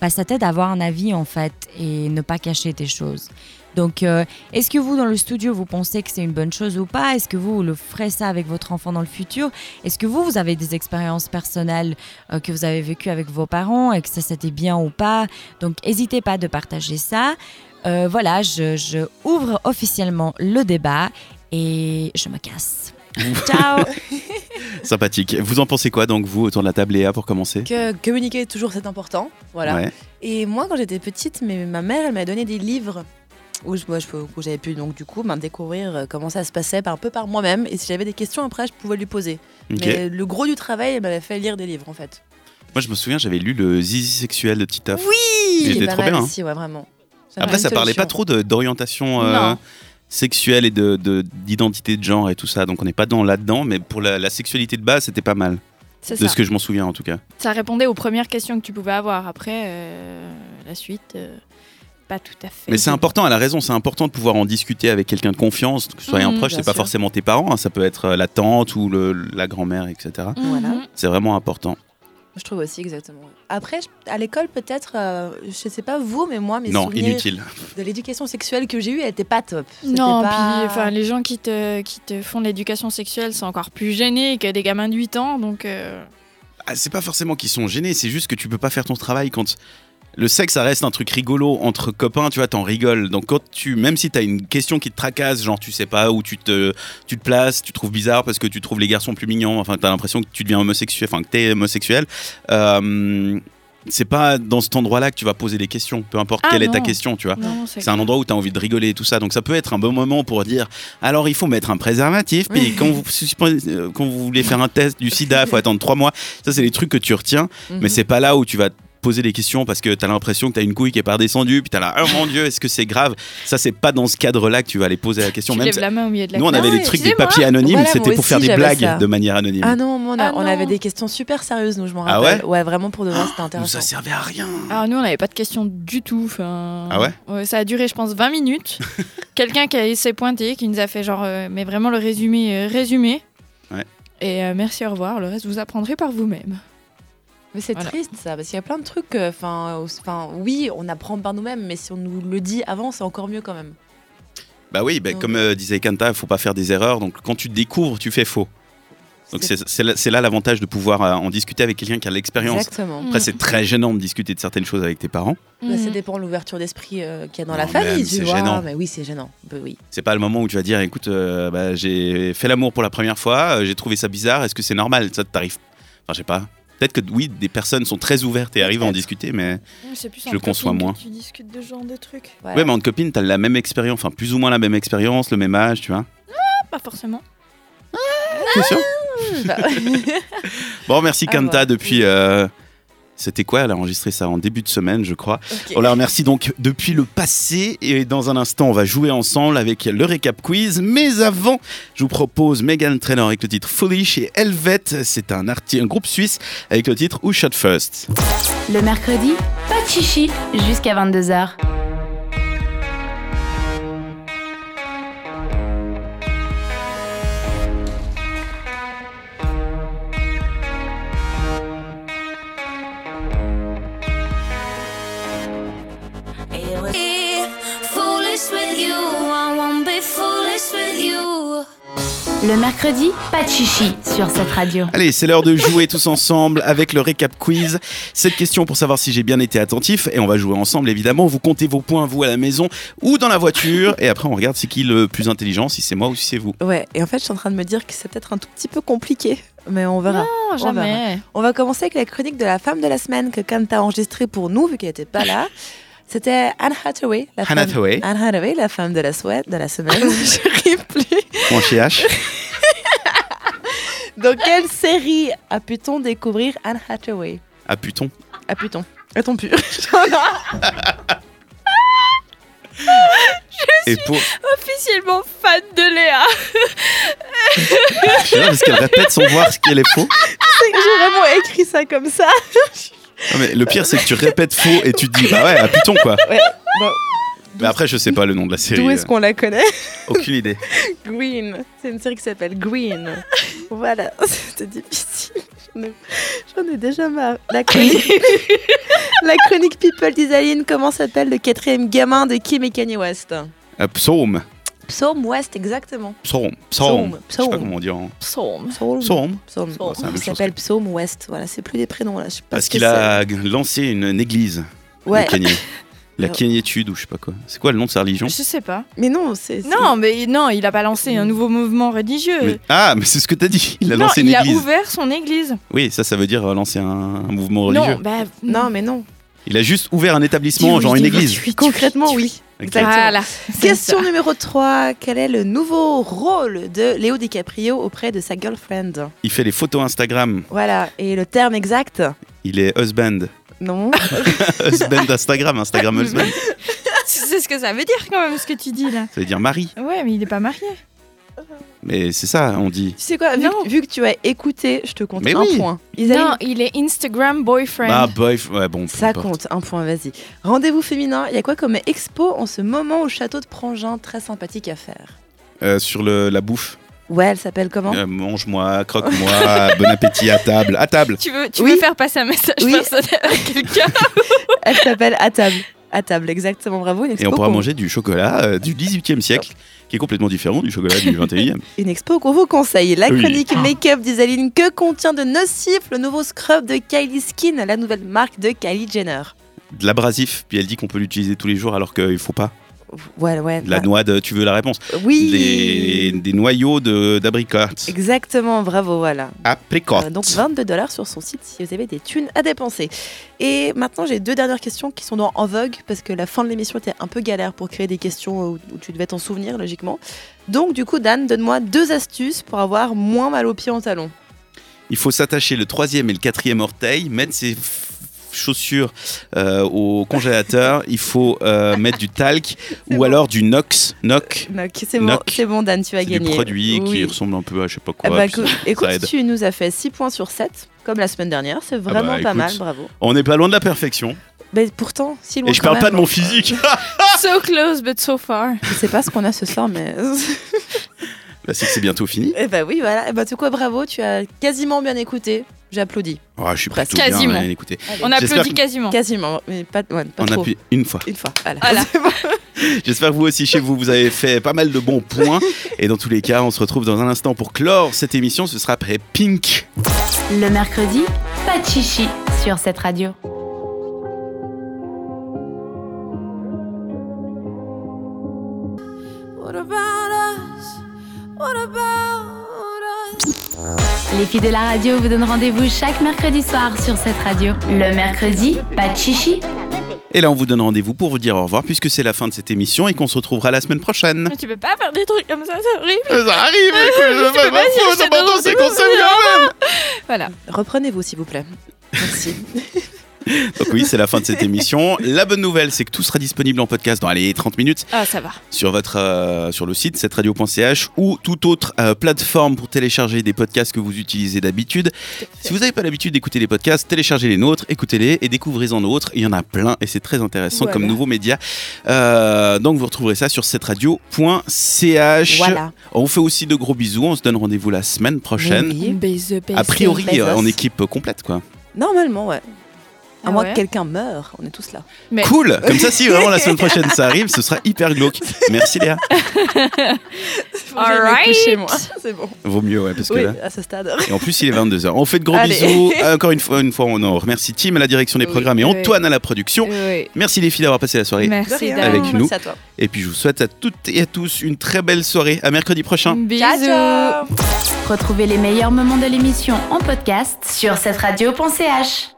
F: bah, ça t'aide à avoir un avis en fait et ne pas cacher tes choses. Donc, euh, est-ce que vous, dans le studio, vous pensez que c'est une bonne chose ou pas Est-ce que vous, vous le ferez ça avec votre enfant dans le futur Est-ce que vous, vous avez des expériences personnelles euh, que vous avez vécues avec vos parents et que ça, c'était bien ou pas Donc, n'hésitez pas de partager ça. Euh, voilà, je, je ouvre officiellement le débat et je me casse. Ciao
B: Sympathique. Vous en pensez quoi donc vous autour de la table Léa pour commencer
C: Que communiquer toujours c'est important, voilà.
B: Ouais.
C: Et moi quand j'étais petite, mais ma mère elle m'a donné des livres où je- moi, je peux- où j'avais pu donc du coup ben, découvrir euh, comment ça se passait par- un peu par moi-même et si j'avais des questions après je pouvais lui poser.
B: Ok.
C: Mais le gros du travail elle m'avait fait lire des livres en fait.
B: Moi je me souviens j'avais lu le Zizi sexuel de Titoff.
C: Il
B: Et
C: est
B: C'était
C: pas
B: trop
C: mal
B: bien. hein. Ah,
C: aussi, ouais, vraiment.
B: Après ça parlait pas trop de- d'orientation euh,
C: Non.
B: sexuelle et de- de- d'identité de, genre et tout ça donc on n'est pas dans là-dedans mais pour la, la sexualité de base c'était pas mal.
D: C'est
B: De
D: ça.
B: ce que je m'en souviens en tout cas.
D: Ça répondait aux premières questions que tu pouvais avoir. Après, euh, la suite, euh, pas tout à fait.
B: Mais c'est important, elle a raison, c'est important de pouvoir en discuter avec quelqu'un de confiance, que ce soit un
D: Mhm,
B: proche,
D: bien
B: c'est pas
D: sûr.
B: forcément tes parents, hein, ça peut être euh, la tante ou le- la grand-mère, etc.
D: Mmh. Mhm.
C: Voilà.
B: C'est vraiment important.
C: Je trouve aussi exactement. Après, je- à l'école, peut-être, euh, je sais pas vous, mais moi, mes
B: Non,
C: souvenirs
B: inutile.
C: de l'éducation sexuelle que j'ai eue, elle était pas top. C'était
D: Non,
C: pas-
D: puis enfin, les gens qui te, qui te font de l'éducation sexuelle sont encore plus gênés que des gamins de 8 ans. Donc, euh,
B: Ah, c'est pas forcément qu'ils sont gênés, c'est juste que tu peux pas faire ton travail quand. Le sexe, ça reste un truc rigolo entre copains, tu vois, t'en rigoles. Donc quand tu, même si t'as une question qui te tracasse, genre tu sais pas où tu te, tu te places, tu trouves bizarre parce que tu trouves les garçons plus mignons, enfin t'as l'impression que tu deviens homosexuel, enfin que t'es homosexuel. euh, c'est pas dans cet endroit-là que tu vas poser des questions, peu importe
L: Ah,
B: quelle est ta
L: non.
B: question, tu vois.
L: Non, c'est
B: C'est un endroit où t'as envie de rigoler et tout ça. Donc ça peut être un bon moment pour dire, alors il faut mettre un préservatif, puis quand vous, euh, quand vous voulez faire un test du sida, faut attendre trois mois. Ça, c'est les trucs que tu retiens,
C: Mhm.
B: mais c'est pas là où tu vas te poser des questions parce que t'as l'impression que t'as une couille qui est pas descendue, puis t'as là, oh mon dieu, est-ce que c'est grave Ça, c'est pas dans ce cadre-là que tu vas aller poser la question.
D: tu
B: Même
D: lèves
B: si-
D: la main au milieu de la
B: Nous, on
D: classe.
B: avait
D: Non,
B: les trucs des
D: excusez-moi.
B: papiers anonymes,
C: Voilà,
B: c'était
C: moi
B: pour faire
C: aussi,
B: des
C: j'avais
B: blagues
C: ça.
B: de manière anonyme.
C: Ah non, moi, on, a-
D: Ah
C: on
D: non.
C: avait des questions super sérieuses, nous, je m'en
B: Ah
C: rappelle.
B: ouais Oh,
C: vraiment, pour de vrai, c'était intéressant.
B: ça servait à rien.
D: Alors Ah, nous, on n'avait pas de questions du tout. Enfin,
B: Ah ouais
D: Ça a duré, je pense,
B: *laughs*
D: 20 minutes. Quelqu'un qui a- s'est pointé, qui nous a fait genre, euh, mais vraiment le résumé, euh, résumé.
B: Ouais.
D: Et euh, merci, au revoir. Le reste, vous apprendrez par vous-même.
C: Mais c'est
D: Voilà.
C: triste, ça, parce qu'il y a plein de trucs. euh, Enfin, enfin, oui, on apprend par nous-mêmes, mais si on nous le dit avant, c'est encore mieux quand même.
B: Bah oui, bah, comme euh, disait Kanta, faut pas faire des erreurs. Donc quand tu te découvres, tu fais faux. Donc c'est c'est là c'est là l'avantage de pouvoir euh, en discuter avec quelqu'un qui a l'expérience.
C: Exactement.
B: Après,
C: Mm.
B: c'est très gênant de discuter de certaines choses avec tes parents.
D: Mm,
C: Bah, ça dépend de l'ouverture d'esprit euh, qu'il y a dans la
B: Non,
C: famille,
B: même,
C: tu
B: c'est
C: vois.
B: gênant.
C: Mais oui, c'est gênant. Bah oui.
B: C'est pas le moment où tu vas dire, écoute, euh, bah, j'ai fait l'amour pour la première fois, euh, j'ai trouvé ça bizarre, est-ce que c'est normal Ça t'arrive Enfin, je sais pas. Peut-être que oui, des personnes sont très ouvertes et arrivent à en discuter, mais je le conçois moins.
D: Tu discutes de ce genre de trucs.
B: Ouais, mais entre copines, t'as la même expérience, enfin plus ou moins la même expérience, le même âge, tu vois.
D: Ah, Pas forcément.
C: Mm, bah.
B: Bon, merci
D: Ah,
B: Kanta
D: bah.
B: depuis. euh, C'était quoi Elle a enregistré ça en début de semaine, je crois. On la remercie donc depuis le passé. Et dans un instant, on va jouer ensemble avec le récap quiz. Mais avant, je vous propose Megan Trainor avec le titre Foolish et Helvet. C'est un, arti- un groupe suisse avec le titre Who Shot First.
A: Le mercredi, pas de chichi jusqu'à 22h.
J: It was be foolish with you. I won't be foolish with you.
A: Le mercredi, pas de chichi sur cette radio.
B: Allez, c'est l'heure de jouer tous ensemble avec le récap quiz. Cette question pour savoir si j'ai bien été attentif et on va jouer ensemble évidemment. Vous comptez vos points vous à la maison ou dans la voiture et après on regarde c'est qui le plus intelligent, si c'est moi ou si c'est vous.
C: *laughs* Ouais, et en fait, je suis en train de me dire que c'est peut-être un tout petit peu compliqué, mais on verra.
D: Non,
C: On,
D: jamais.
C: verra. On va commencer avec la chronique de la femme de la semaine que Kanta a enregistrée pour nous, vu qu'elle n'était pas là. C'était Anne Hathaway, la
B: Anne
C: femme,
B: Hathaway.
C: Anne Hathaway, la femme de la, souhait- de la semaine. *laughs*
B: Mon CH.
C: Dans quelle série a pu-t-on découvrir Anne Hathaway
B: Ah putain.
C: A pu-t-on A-t-on *laughs* pu
B: Et pour.
D: Officiellement fan de Léa.
B: Je suis là parce qu'elle répète sans voir ce qu'elle est faux.
C: C'est que j'ai vraiment écrit ça comme ça.
B: Non, mais le pire c'est que tu répètes faux et tu te dis bah ouais, ah putain quoi.
C: Ouais, bah,
B: Mais après je sais pas le nom de la série.
C: D'où est-ce
B: euh,
C: qu'on la connaît
B: Aucune idée.
C: Green. C'est une série qui s'appelle Green. *laughs* Voilà, c'était difficile. J'en ai- J'en ai déjà marre. La *laughs* chronique, la chronique People d'Isaline, comment s'appelle le quatrième gamin de Kim et Kanye West
B: Euh, psaume.
C: Psaume West, exactement.
B: Psaume. Psaume.
C: Psaume.
B: Je sais pas
C: Psaume.
B: comment on dit en.
D: Psaume.
C: Psaume.
B: Psaume.
C: Psaume.
B: Bah, c'est la même
C: Il
B: chose
C: s'appelle Psaume West. Voilà, c'est plus des prénoms là. Je sais pas
B: Parce
C: ce que
B: qu'il a lancé une, une église.
C: Ouais.
B: Le
C: *laughs*
B: Kenya. La
C: Ouais.
B: Kenyétude ou je sais pas quoi. C'est quoi le nom de sa religion
D: Je sais pas. Mm.
C: Mais non, c'est.
D: Non, mais non, il a pas lancé un nouveau mouvement religieux.
B: Mais- Ah, mais c'est ce que t'as dit. Il a
D: non,
B: lancé une
D: il a
B: église.
D: ouvert son église.
B: Oui, ça, ça veut dire euh, lancer un, un mouvement religieux.
D: Non, bah,
C: c'est. Non, mais non.
B: Il a juste ouvert un établissement, genre une église.
C: Concrètement, oui.
B: Ok.
C: Exactement.
D: Voilà,
C: Question numéro 3. Quel est le nouveau rôle de Léo DiCaprio auprès de sa girlfriend
B: Il fait les photos Instagram.
C: Voilà. Et le terme exact
B: Il est husband.
C: Non.
B: husband Instagram, Euh, Instagram
C: *laughs*
B: husband.
D: tu sais ce que ça veut dire quand même ce que tu dis là.
B: Ça veut dire mari.
D: Ouais, mais il est pas marié.
B: Mais c'est ça, on dit.
C: Tu sais quoi vu, que- vu que tu as écouté, je te compte
B: Mais
C: un
B: oui.
C: point.
D: Non, il est Instagram boyfriend.
B: Ah, boy. Ouais, bon. peu
C: Ça
B: importe.
C: compte, un point, vas-y. Rendez-vous féminin, il y a quoi comme expo en ce moment au château de Prangin Très sympathique à faire.
B: Euh, sur le, la bouffe.
C: Ouais, elle s'appelle comment
B: Euh, mange-moi, croque-moi, *laughs* bon appétit à table. À table.
D: Tu veux, tu
C: Oui.
D: veux faire passer un message
C: Oui.
D: personnel à *laughs* quelqu'un
C: Elle s'appelle À table. À table, exactement, bravo. Une expo
B: Et on pourra
C: qu'on-
B: manger du chocolat euh, du 18e siècle, qui est complètement différent du chocolat du
C: *laughs*
B: 21e.
C: Une expo qu'on vous conseille. La
B: Oui.
C: chronique Make-up d'Isaline, que contient de nocif le nouveau scrub de Kylie Skin, la nouvelle marque de Kylie Jenner
B: De l'abrasif, puis elle dit qu'on peut l'utiliser tous les jours alors qu'il faut pas.
C: Ouais, ouais.
B: De la noix de, tu veux la réponse Des,
C: Oui
B: des noyaux de- d'abricotes.
C: Exactement, bravo, voilà.
B: Apricotes.
C: Euh, donc 22 dollars sur son site si vous avez des thunes à dépenser. Et maintenant, j'ai deux dernières questions qui sont dans En Vogue parce que la fin de l'émission était un peu galère pour créer des questions où, où tu devais t'en souvenir logiquement. Donc, du coup, Dan, donne-moi deux astuces pour avoir moins mal aux pieds en talons.
B: Il faut s'attacher le troisième et le quatrième orteil, mettre ses f- chaussures euh, au congélateur, il faut euh, mettre du
C: *laughs*
B: talc ou alors du nox, noc,
C: Donc, Bah, C'est bon,
B: Knock.
C: c'est bon, Dan, tu as
B: c'est du
C: gagné.
B: produit qui
C: Oui.
B: ressemble un peu à je sais pas
C: Ah
B: quoi.
C: bah,
B: puis ça-
C: écou-
B: ça
C: écoute,
B: aide.
C: tu nous as fait 6 points sur 7, comme la semaine dernière. C'est
B: bah,
C: vraiment pas
B: écoute.
C: mal, bravo.
B: On n'est pas loin de la perfection.
C: Mais pourtant, si loin
B: Et je
C: quand
B: parle pas
C: même.
B: de mon
C: *laughs*
B: physique.
D: So close but so far.
C: Je sais pas ce qu'on a ce soir, mais.
B: Bah, c'est que c'est bientôt fini.
C: *laughs* Eh bah oui, voilà. Eh bah, tout quoi, bravo, tu as quasiment bien écouté. J'applaudis.
B: Oh, je suis
C: Presque.
B: plutôt bien,
D: Quasiment.
B: ouais, écoutez.
D: On
B: J'espère
D: applaudit
B: que-
D: quasiment.
C: Quasiment, mais pas, ouais, pas
B: On
C: trop.
B: appuie une fois.
C: *laughs* Une fois, voilà.
D: Hein. Voilà.
B: J'espère que vous aussi chez vous, vous avez fait pas mal de bons
C: *laughs*
B: points. Et dans tous les cas, on se retrouve dans un instant pour clore cette émission. Ce sera après Pink.
A: Le mercredi, pas de chichi sur cette radio.
E: What about us? What about us?
A: Les filles de la radio vous donnent rendez-vous chaque mercredi soir sur cette radio. Le mercredi, pas de chichi.
B: Et là, on vous donne rendez-vous pour vous dire au revoir, puisque c'est la fin de cette émission et qu'on se retrouvera la semaine prochaine.
D: Mais tu peux pas faire des trucs comme ça, c'est horrible.
B: *laughs* Ça arrive, écoute,
D: Tu
B: c'est
D: peux
B: pas ma
D: dire,
B: faute,
D: je te
B: l'important,
D: donne
B: c'est
D: rendez-vous,
B: qu'on s'aime quand même.
D: Voilà.
C: Reprenez-vous, s'il vous plaît.
B: *laughs*
C: Merci.
B: Donc oui, c'est la fin de cette émission. La bonne nouvelle, c'est que tout sera disponible en podcast dans allez, 30 minutes
D: Ah, ça va.
B: sur votre euh, sur le site cette radio.ch ou toute autre euh, plateforme pour télécharger des podcasts que vous utilisez d'habitude. Si vous n'avez pas l'habitude d'écouter des podcasts, téléchargez les nôtres, écoutez-les et découvrez-en d'autres. Il y en a plein et c'est très intéressant
C: Voilà.
B: comme nouveau média. Euh, donc vous retrouverez ça sur cette radio.ch.
C: Voilà.
B: On vous fait aussi de gros bisous. On se donne rendez-vous la semaine prochaine.
C: Oui.
B: A priori,
C: Bezos.
B: euh, en équipe complète quoi.
C: Normalement, ouais. À
D: Ah
C: moins
D: ouais.
C: que quelqu'un meure, on est tous là.
B: Cool Comme ça, si vraiment la
D: *laughs*
B: semaine prochaine ça arrive, ce sera hyper glauque. Merci Léa.
D: All right.
C: Chez moi, *laughs* c'est bon.
B: Vaut mieux, ouais, parce que
C: oui,
B: là.
C: à ce stade.
B: Et en plus, il est 22h. On fait de gros
C: Allez.
B: bisous. Euh, Encore une fois, une fois, on en remercie Tim à la direction des programmes et
D: oui.
B: Antoine à la production.
D: Oui.
B: Merci les filles d'avoir passé la soirée avec
D: Merci,
C: hein.
D: Dan. Merci
B: nous.
D: à toi.
B: Et puis, je vous souhaite à toutes et à tous une très belle soirée. À mercredi prochain.
A: Bisous. Retrouvez les meilleurs moments de l'émission en podcast sur cette radio.ch.